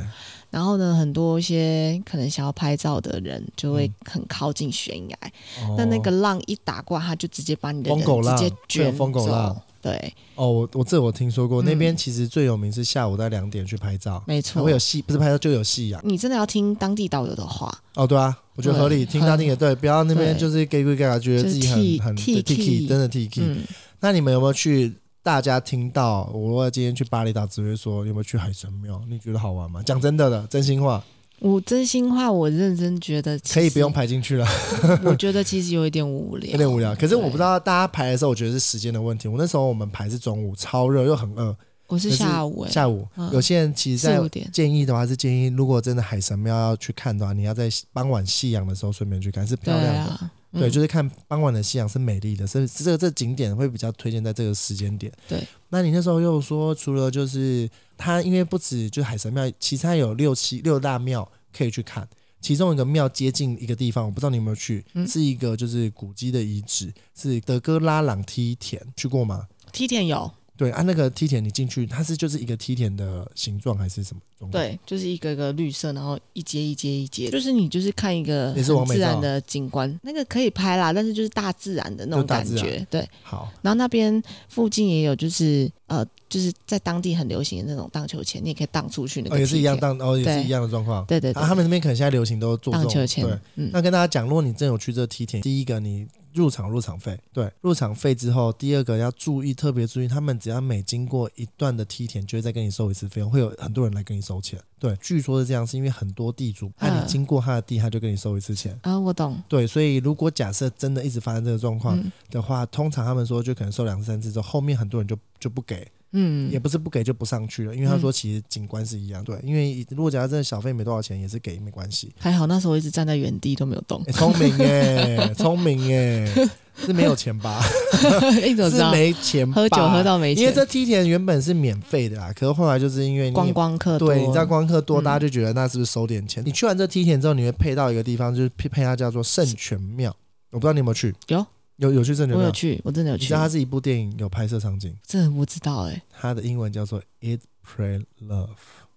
然后呢，很多一些可能想要拍照的人就会
嗯
很靠近悬崖，
哦
那那个浪一打过来，它就直接把你的人
疯狗浪
直接
会有
卷
疯狗浪
走。对，
哦，我我这我听说过，那边
嗯
其实最有名是下午在两点去拍照，
没
才
错
会。有夕，不是拍照就有夕阳。
你真的要听当地导游的话，
哦，对啊，我觉得合理，
对
听他听也对，不要那边
对
就是 gay 鬼 gay 啊，觉得
就
自
是
己
替
很很
替
T K，
替
真的 T K。
嗯，
那你们有没有去？大家听到我如果今天去巴厘岛，只会说有没有去海神庙？你觉得好玩吗？讲真的的，真心话，
我真心话，我认真觉得
可以不用，排进去了，
我觉得其实有一点无聊，
有 点无聊。可是我不知
道，
道大家排的时候，我觉得是时间的问题。我那时候我们排是中午，超热又很饿，
我是
可是
下午、欸，
下午
嗯
有些人其实在
四五点
建议的话是建议，如果真的海神庙要去看的话，你要在傍晚夕阳的时候顺便去看，是
对
漂亮的。
啊，嗯
对，就是看傍晚的夕阳是美丽的，所以这个这景点会比较推荐在这个时间点。
对，
那你那时候又说，除了就是它，因为不止就海神庙，其实它有六七六大庙可以去看，其中一个庙接近一个地方，我不知道你有没有去，
嗯
是一个就是古迹的遗址，是德哥拉朗梯田，去过吗？
梯田有，
对啊，那个梯田你进去，它是就是一个梯田的形状还是什么状况？，
对，就是一个个绿色，然后一阶一阶一阶，就是你就是看一个
也是完
很
美
自
照
然的景观，那个可以拍啦，但是就是大自然的那种
就大
感
自然
觉，对。
好，
然后那边附近也有，就是呃，就是在当地很流行的那种荡秋千，你也可以荡出去那个、
哦，也是一样，当哦，也是一样的状况。
对对对，
啊，他们那边可能现在流行都做这
荡秋
种。
千
对，，
嗯，
那跟大家讲，如果你真有去这梯田，第一个你入场入场费，对，入场费之后，第二个要注意，特别注意，他们只要每经过一段的梯田，就会再跟你收一次费用，会有很多人来跟你收钱。对，据说是这样，是因为很多地主，那、你
嗯
经过他的地，他就跟你收一次钱。
啊，我懂，
对，所以如果假设真的一直发生这个状况，
嗯
的话，通常他们说就可能收两次三次之后，后面很多人就就不给，
嗯，
也不是不给就不上去了，因为他说其实景观是一样，对，因为如果假如真的小费没多少钱，也是给没关 系。
还好那时候我一直站在原地都没有动
欸。聪、明哎、聪明哎、是没有钱吧？
你怎么知
是
道？
没钱吧，
喝酒喝到没
因为
钱，
这梯田原本是免费的啊啦，可是后来就是因为你
观光客多
对，你知道光客多，
嗯
大家就觉得那是不是收点钱？你去完这梯田之后，你会配到一个地方，就是配配它叫做圣泉庙。我不知道你有没有去？
有
有有去圣泉
我
庙
有？去，我真的有
你
去
知道，它是一部电影有拍摄场景，
真的不知道哎，
它的英文叫做《It Pray Love》。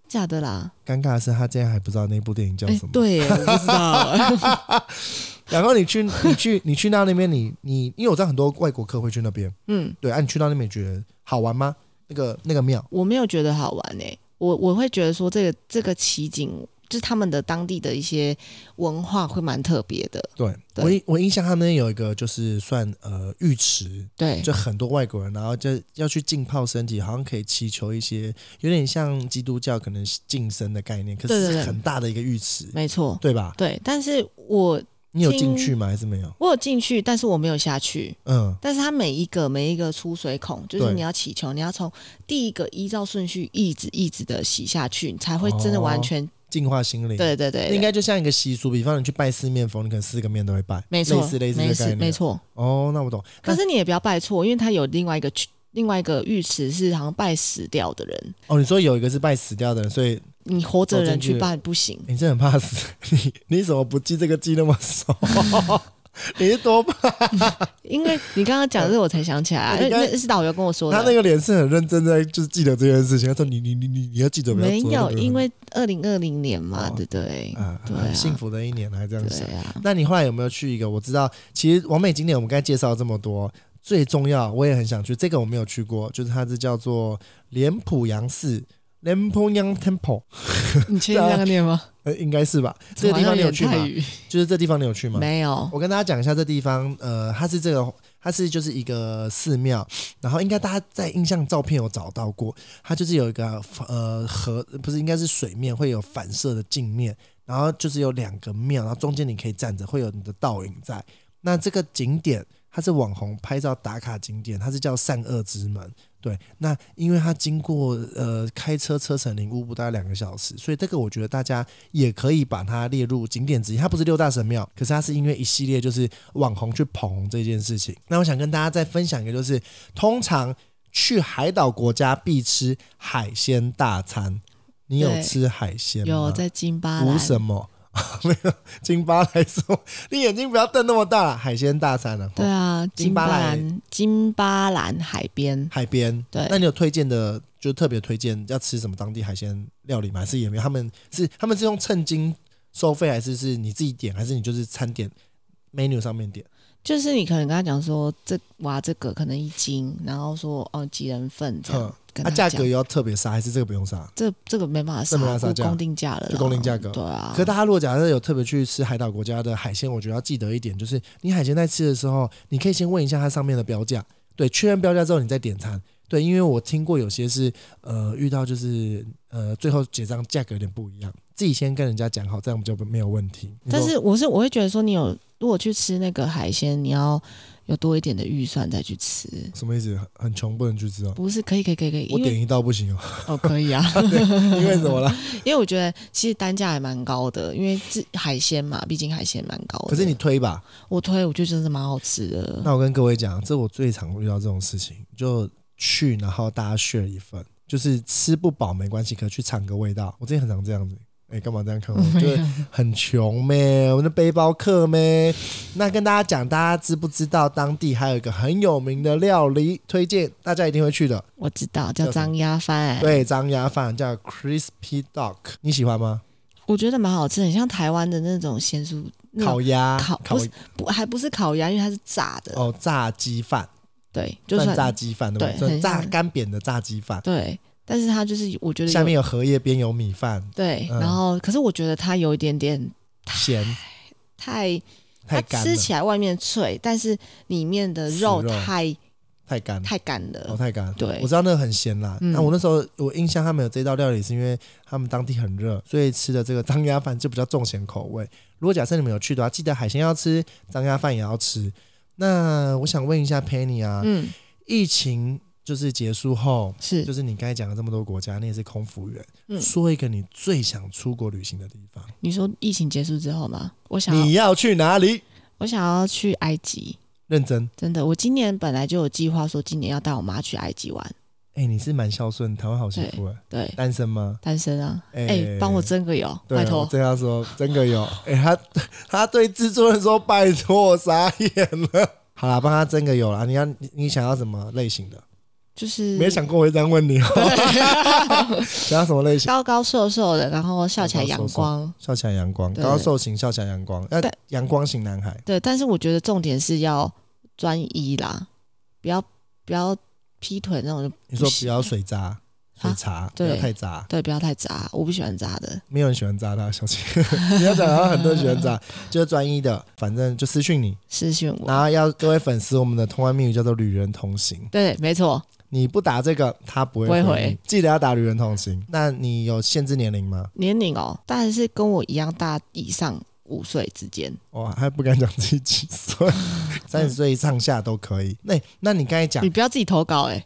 假的啦，
尴尬的是，他竟然还不知道那部电影叫
哎
什么。，
对，我不 知道，
然后你去，你去， 你去到那边，你你，因为我知道很多外国客会去那边，
嗯，
对啊，你去到那边你觉得好玩吗？那个那个庙，
我没有觉得好玩诶、我我会觉得说这个这个奇景，就是他们的当地的一些文化会蛮特别的，
对
对
我印我印象他们有一个就是算呃浴池，
对，
就很多外国人，然后就要去浸泡身体，好像可以祈求一些有点像基督教可能是净身的概念，可
对
是
对
是
对
很大的一个浴池，
没错，
对吧？
对，但是我
你有进
听
去吗？还是没有？
我有进去，但是我没有下去，
嗯，
但是它每一个每一个出水孔，就是
对
你要祈求，你要从第一个依照顺序一直一直的洗下去，你才会真的完全、
净化心灵。。
对对对，对
哦应该就像一个习俗，比方你去拜四面佛，你可能四个面都会拜，
没错
类似类似
没
的概
事
念，
没。错。
哦，那我懂。
可是你也不要拜错，因为它有另外一个区另外一个浴池是好像拜死掉的人，
哦，你说有一个是拜死掉的人，所以
你活着的人
哦走进
去
去
拜不行。
你真的很怕死。 你你怎么不记这个记那么熟？ 你是多怕？
因为你刚刚讲这，我才想起来、啊，
你
那
刚
那是导游跟我说
他那
的。
个脸是很认真在，就是记得这件事情。他说你：“你你你你要记得不要
没
做那
有，
个
因为二零二零年嘛，
哦
对不对？
啊，
对啊
很幸福的一年还这样
对
想。
啊，
那你后来有没有去一个？我知道，其实完美景点我们刚才介绍了这么多，最重要我也很想去，这个我没有去过，就是它是叫做莲浦阳寺 l e m p o y a n Temple），
你确定这样 念吗？
呃，应该是吧？这个地
好
方
像
你
有
有去
点
吗
泰？语
就是这地方你有去吗？
没有，
我跟大家讲一下这地方，呃，它是这个，它是就是一个寺庙，然后应该大家在印象照片有找到过，它就是有一个呃河，不是应该是水面会有反射的镜面，然后就是有两个庙，然后中间你可以站着，会有你的倒影在。那这个景点它是网红拍照打卡景点，它是叫善恶之门。对，那因为它经过呃开车车程领乌布大概两个小时，所以这个我觉得大家也可以把它列入景点之一。它不是六大神庙，可是它是因为一系列就是网红去捧红这件事情。那我想跟大家再分享一个，就是通常去海岛国家必吃海鲜大餐。你有
对
吃海鲜吗？
有在金巴
无
兰，
什么， 没有金巴来说，你眼睛不要瞪那么大啦海鲜大餐了、
对啊，
金
金
巴
巴
兰
兰金巴兰海边，
海边，
对
那你有推荐的，就特别推荐要吃什么当地海鲜料理吗？还是也没有？他们是他们是用称斤收费，还是是你自己点，还是你就是餐点 menu 上面点？
就是你可能跟他讲说这哇这个可能一斤，然后说哦几人份这
嗯
样，跟
啊，
他
价
讲
格也要特别杀，还是这个不用杀？
这这个没办法
这没办
杀，
法杀
估
价
公定价了啦，
就公定价格
对啊
可。大家如果假设有特别去吃海岛国家的海鲜，我觉得要记得一点，就是你海鲜在吃的时候，你可以先问一下它上面的标价，对，确认标价之后你再点餐。对，因为我听过有些是呃遇到就是呃最后结账价格有点不一样，自己先跟人家讲好，这样就没有问题。你
但
说
是我是我会觉得说，你有如果去吃那个海鲜，你要有多一点的预算再去吃，
什么意思？很很穷不能去吃哦。
不是可以可以可以可以，
我
因
点
为
一道不行哦，
哦可以啊，
因为什么啦？
因为我觉得其实单价还蛮高的，因为这海鲜嘛，毕竟海鲜蛮高的。
可是你推吧，
我推，我觉得真的蛮好吃的。
那我跟各位讲，这我最常遇到这种事情，就去然后大家 share 一份，就是吃不饱没关系，可去尝个味道。我之前很常这样子。哎，干嘛这样 看我？就是很穷咩，我们的背包客咩。那跟大家讲，大家知不知道当地还有一个很有名的料理推荐，大家一定会去的。
我知道叫
叫什么
张鸭饭，
对，张鸭饭叫 crispy dog，你喜欢吗？
我觉得蛮好吃，很像台湾的那种咸酥那种
烤鸭，
烤不是不还不是烤鸭，因为它是炸的，
哦，炸鸡饭，
对，就
算
算
炸鸡饭对吧？
对
算
很
炸
像
干煸的炸鸡饭，
对，但是它就是我觉得有
下面有荷叶边有米饭，
对，
嗯
然后可是我觉得它有一点点
咸
太，
太
它
干了
吃，起来外面脆，但是里面的
死
肉
肉
太
太干了，
太干
哦，
了，
太干。
对
我知道那个很咸啦。那、
嗯
我那时候我印象他们有这道料理，是因为他们当地很热，所以吃的这个张鸭饭就比较重咸口味。如果假设你们有去的话，记得海鲜要吃，张鸭饭也要吃。那我想问一下 Penny 啊，
嗯，
疫情就是结束后，
是
就是你刚才讲了这么多国家，你也是空服员，
嗯
说一个你最想出国旅行的地方，
你说疫情结束之后嘛，我想
你
要
要去哪里？
我想要去埃及，
认真，
真的，我今年本来就有计划说今年要带我妈去埃及玩，
哎、你是蛮孝顺，台湾好媳妇哎，
对，
单身吗？
单身啊，
哎
哎，帮我争个友，
对
拜
啊，我
托，
这样说，真的有，哎、他他对制作人说拜托，我傻眼了。好啦，帮他真个有啦。你要你你想要什么类型的？
就是
没想过我会这样问你哦。 想要什么类型？
高高瘦瘦的，然后笑起来阳光。
笑起来阳光，
对
高瘦型，笑起来阳光，呃
对，
阳光型男孩。
对，但是我觉得重点是要专一啦，不要不要劈腿那种，
你说
不
不
行
要水渣，水茶，不
啊对
要太渣，
对，不要太渣，我不喜欢渣的。
没有人喜欢渣的啊，小姐。 你要讲到很多人喜欢渣，就是专一的，反正就私讯你。
私讯我，
然后要各位粉丝，我们的通关密语叫做“旅人同行
对，没错，”，
你不打这个，他不会
不会
回
回
你。记得要打“旅人同行”。那你有限制年龄吗？
年龄哦，当然是跟我一样大以上五岁之间。
哇，哦还不敢讲自己几 岁，三十岁上下都可以。那那你刚才讲
你不要自己投稿、欸，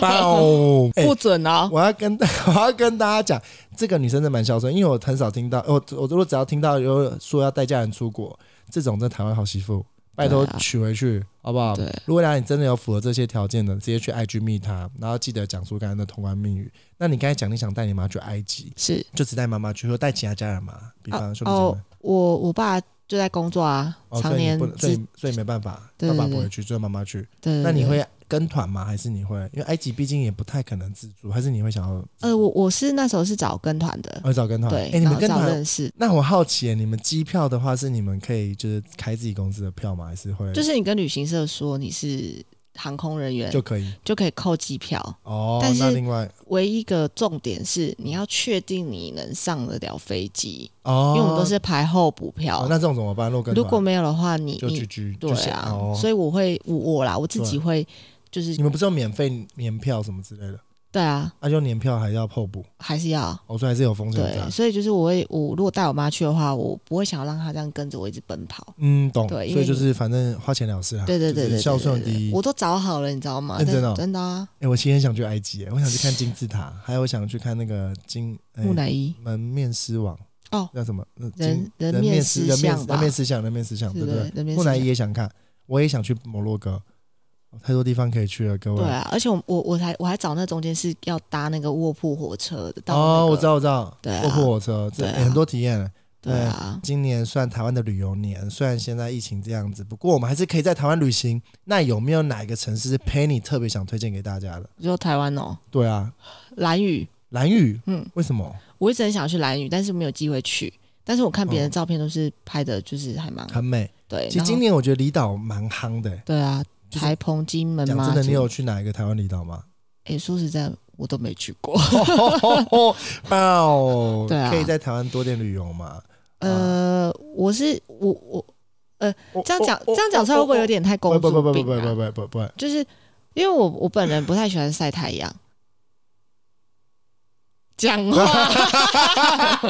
爆， 哎
不准哦。
我要跟 我要跟大家讲，这个女生真的蛮孝顺，因为我很少听到，我我如果只要听到有说要带家人出国，这种在台湾好媳妇，拜托
对啊
娶回去、好不好？
对
如果你真的有符合这些条件的，直接去 IG 密她，然后记得讲出刚才的通关密语。那你刚才讲你想带你妈去埃及，
是
就只带妈妈去，或带其他家人嘛？比
啊
方兄弟姐
哦
妹。，
我我爸就在工作啊，
哦，
常
所以你
年
不能，所
支
以所以没办法，
对
爸爸
对
不
对
回去，只有妈妈去。
对。
那你
对
会跟团吗？还是你会？因为埃及毕竟也不太可能自助，还是你会想要
呃，我我是那时候是找跟团的，
要找跟团？
对，
哎，你
然
们
后
跟
找
团
认识，
那我好奇耶，你们机票的话是你们可以就是开自己公司的票吗？还是会
就是你跟旅行社说你是航空人员，
就可以？
就可以扣机票。
哦
但，是
那另外
唯一一个重点是你要确定你能上得了飞机，
哦，
因为我们都是排候补票。
哦那这种怎么办？如果跟
如
团
果没有的话，你
就哦
你
去居
对啊，
以
所以我会我我啦，我自己会就是
你们不是有免费年票什么之类的？
对啊，
那就年票还要候补，
还是要
哦，所以还是有风险
对，
在。
所以就是我会我如果带我妈去的话，我不会想要让她这样跟着我一直奔跑。
嗯，懂。所
对因
以
为
就是反正花钱了事啊，
对对对
就是
对对，
孝
对
顺
对对
第一。
我都找好了，你知道吗？
认真
但
哦
真的啊，
哎、我其实很想去埃及耶，我想去看金字塔，还有我想去看那个金、哎
木乃伊
门面狮王
哦，
叫什么？呃金
人人
人面
面
狮
狮
人面
像吧
人面狮像人面狮像，
是
对不对？
人面
木乃
狮
伊也想看，我也想去摩洛哥，哦太多地方可以去了，各位。
对啊，而且我我我还我还找那中间是要搭那个卧铺火车的，到那
哦，
个
我知道，我知道，
对啊
卧铺火车，这、
对啊
哎很多体验。
对啊，
今年算台湾的旅游年，虽然现在疫情这样子，不过我们还是可以在台湾旅行。那有没有哪一个城市是 Penny 特别想推荐给大家的？
就台湾哦，
对啊，
蓝屿，
蓝屿，
嗯，
为什么？
我一直很想去蓝屿，但是没有机会去。但是我看别人的照片都是拍的，就是还蛮、
很美。
对。
其实
然后
今年我觉得离岛蛮夯的、哎
对啊，
就是
台澎金门
讲
嘛，
真的，你
就
有去哪一个台湾离岛吗？
哎、说实在，我都没去过。
啊爆！
对啊
可以在台湾多点旅游嘛？
呃，我是我我这样讲
我
这样讲出来会不会有？点太公
我
主
不
病、
不不
啊？
不不不不不不，
就是因为我我本人不太喜欢晒太阳。讲 话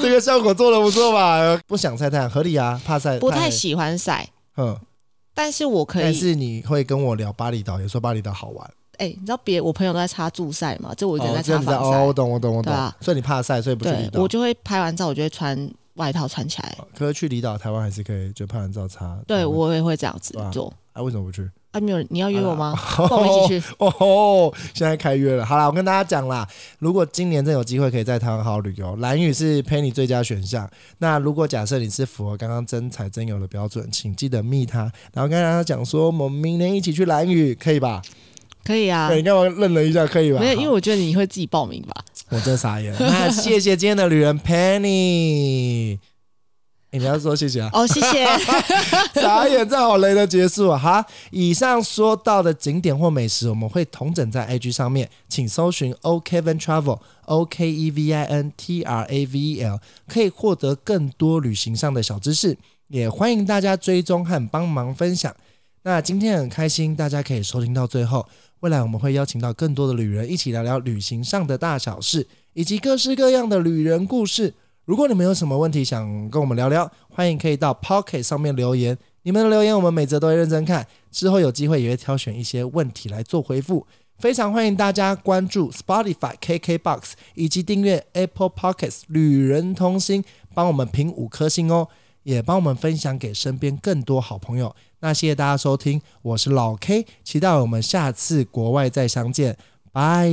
这个效果做的不错吧？ 不想晒太阳合理啊，怕晒
不太。喜欢晒，
嗯，
但是我可
但
以
是你会跟我聊巴厘岛，也说巴厘岛好玩。
哎、你知道别我朋友都在擦助晒嘛，这我
我
有点在
这
擦
样
防
子在
晒。
哦，我懂我懂我
对
懂
啊。
所以你怕晒，所以不去离
对，
岛。
我就会拍完照，我就会穿外套穿起来。
可是去离岛，台湾还是可以，就拍完照擦。
对，我也会这样子
对啊
做。
啊，为什么不去？
啊，没有，你要约我吗？
哦
跟我们一起去。
哦吼，现在开约了。好啦，我跟大家讲啦，如果今年真有机会可以在台湾好好旅游，蓝屿是陪你最佳选项。那如果假设你是符合刚刚真才真有的标准，请记得密他，然后跟大家讲说，我们明年一起去蓝屿，可以吧？哎
可以啊
对，，你干嘛愣了一下？可以吧？
没有，因为
啊好
我觉得你会自己报名吧。
我真傻眼。那谢谢今天的旅人 Penny。诶你要说谢谢啊！
哦，谢谢。
眨眼，这好雷的结束啊！好，以上说到的景点或美食，我们会统整在 IG 上面，请搜寻 OKVN Travel O K E V I N T R A V E L，可以获得更多旅行上的小知识。也欢迎大家追踪和帮忙分享。那今天很开心，大家可以收听到最后。未来我们会邀请到更多的旅人一起聊聊旅行上的大小事，以及各式各样的旅人故事。如果你们有什么问题想跟我们聊聊，欢迎可以到 Pocket 上面留言。你们的留言我们每则都会认真看，之后有机会也会挑选一些问题来做回复。非常欢迎大家关注 Spotify、KKBox 以及订阅 Apple Podcasts《旅人同心》，帮我们评五颗星哦，也帮我们分享给身边更多好朋友。那谢谢大家收听，我是老 K，期待我们下次国外再相见，拜。
I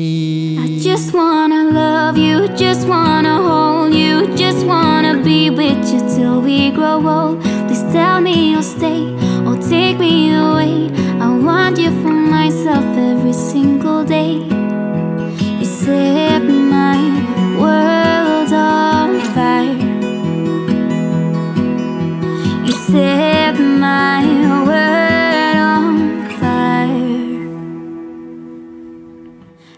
just wanna love you, just wanna hold you, just wanna be with you till we grow old. Please tell me you'll stay or take me away. I want you for myself every single day. You say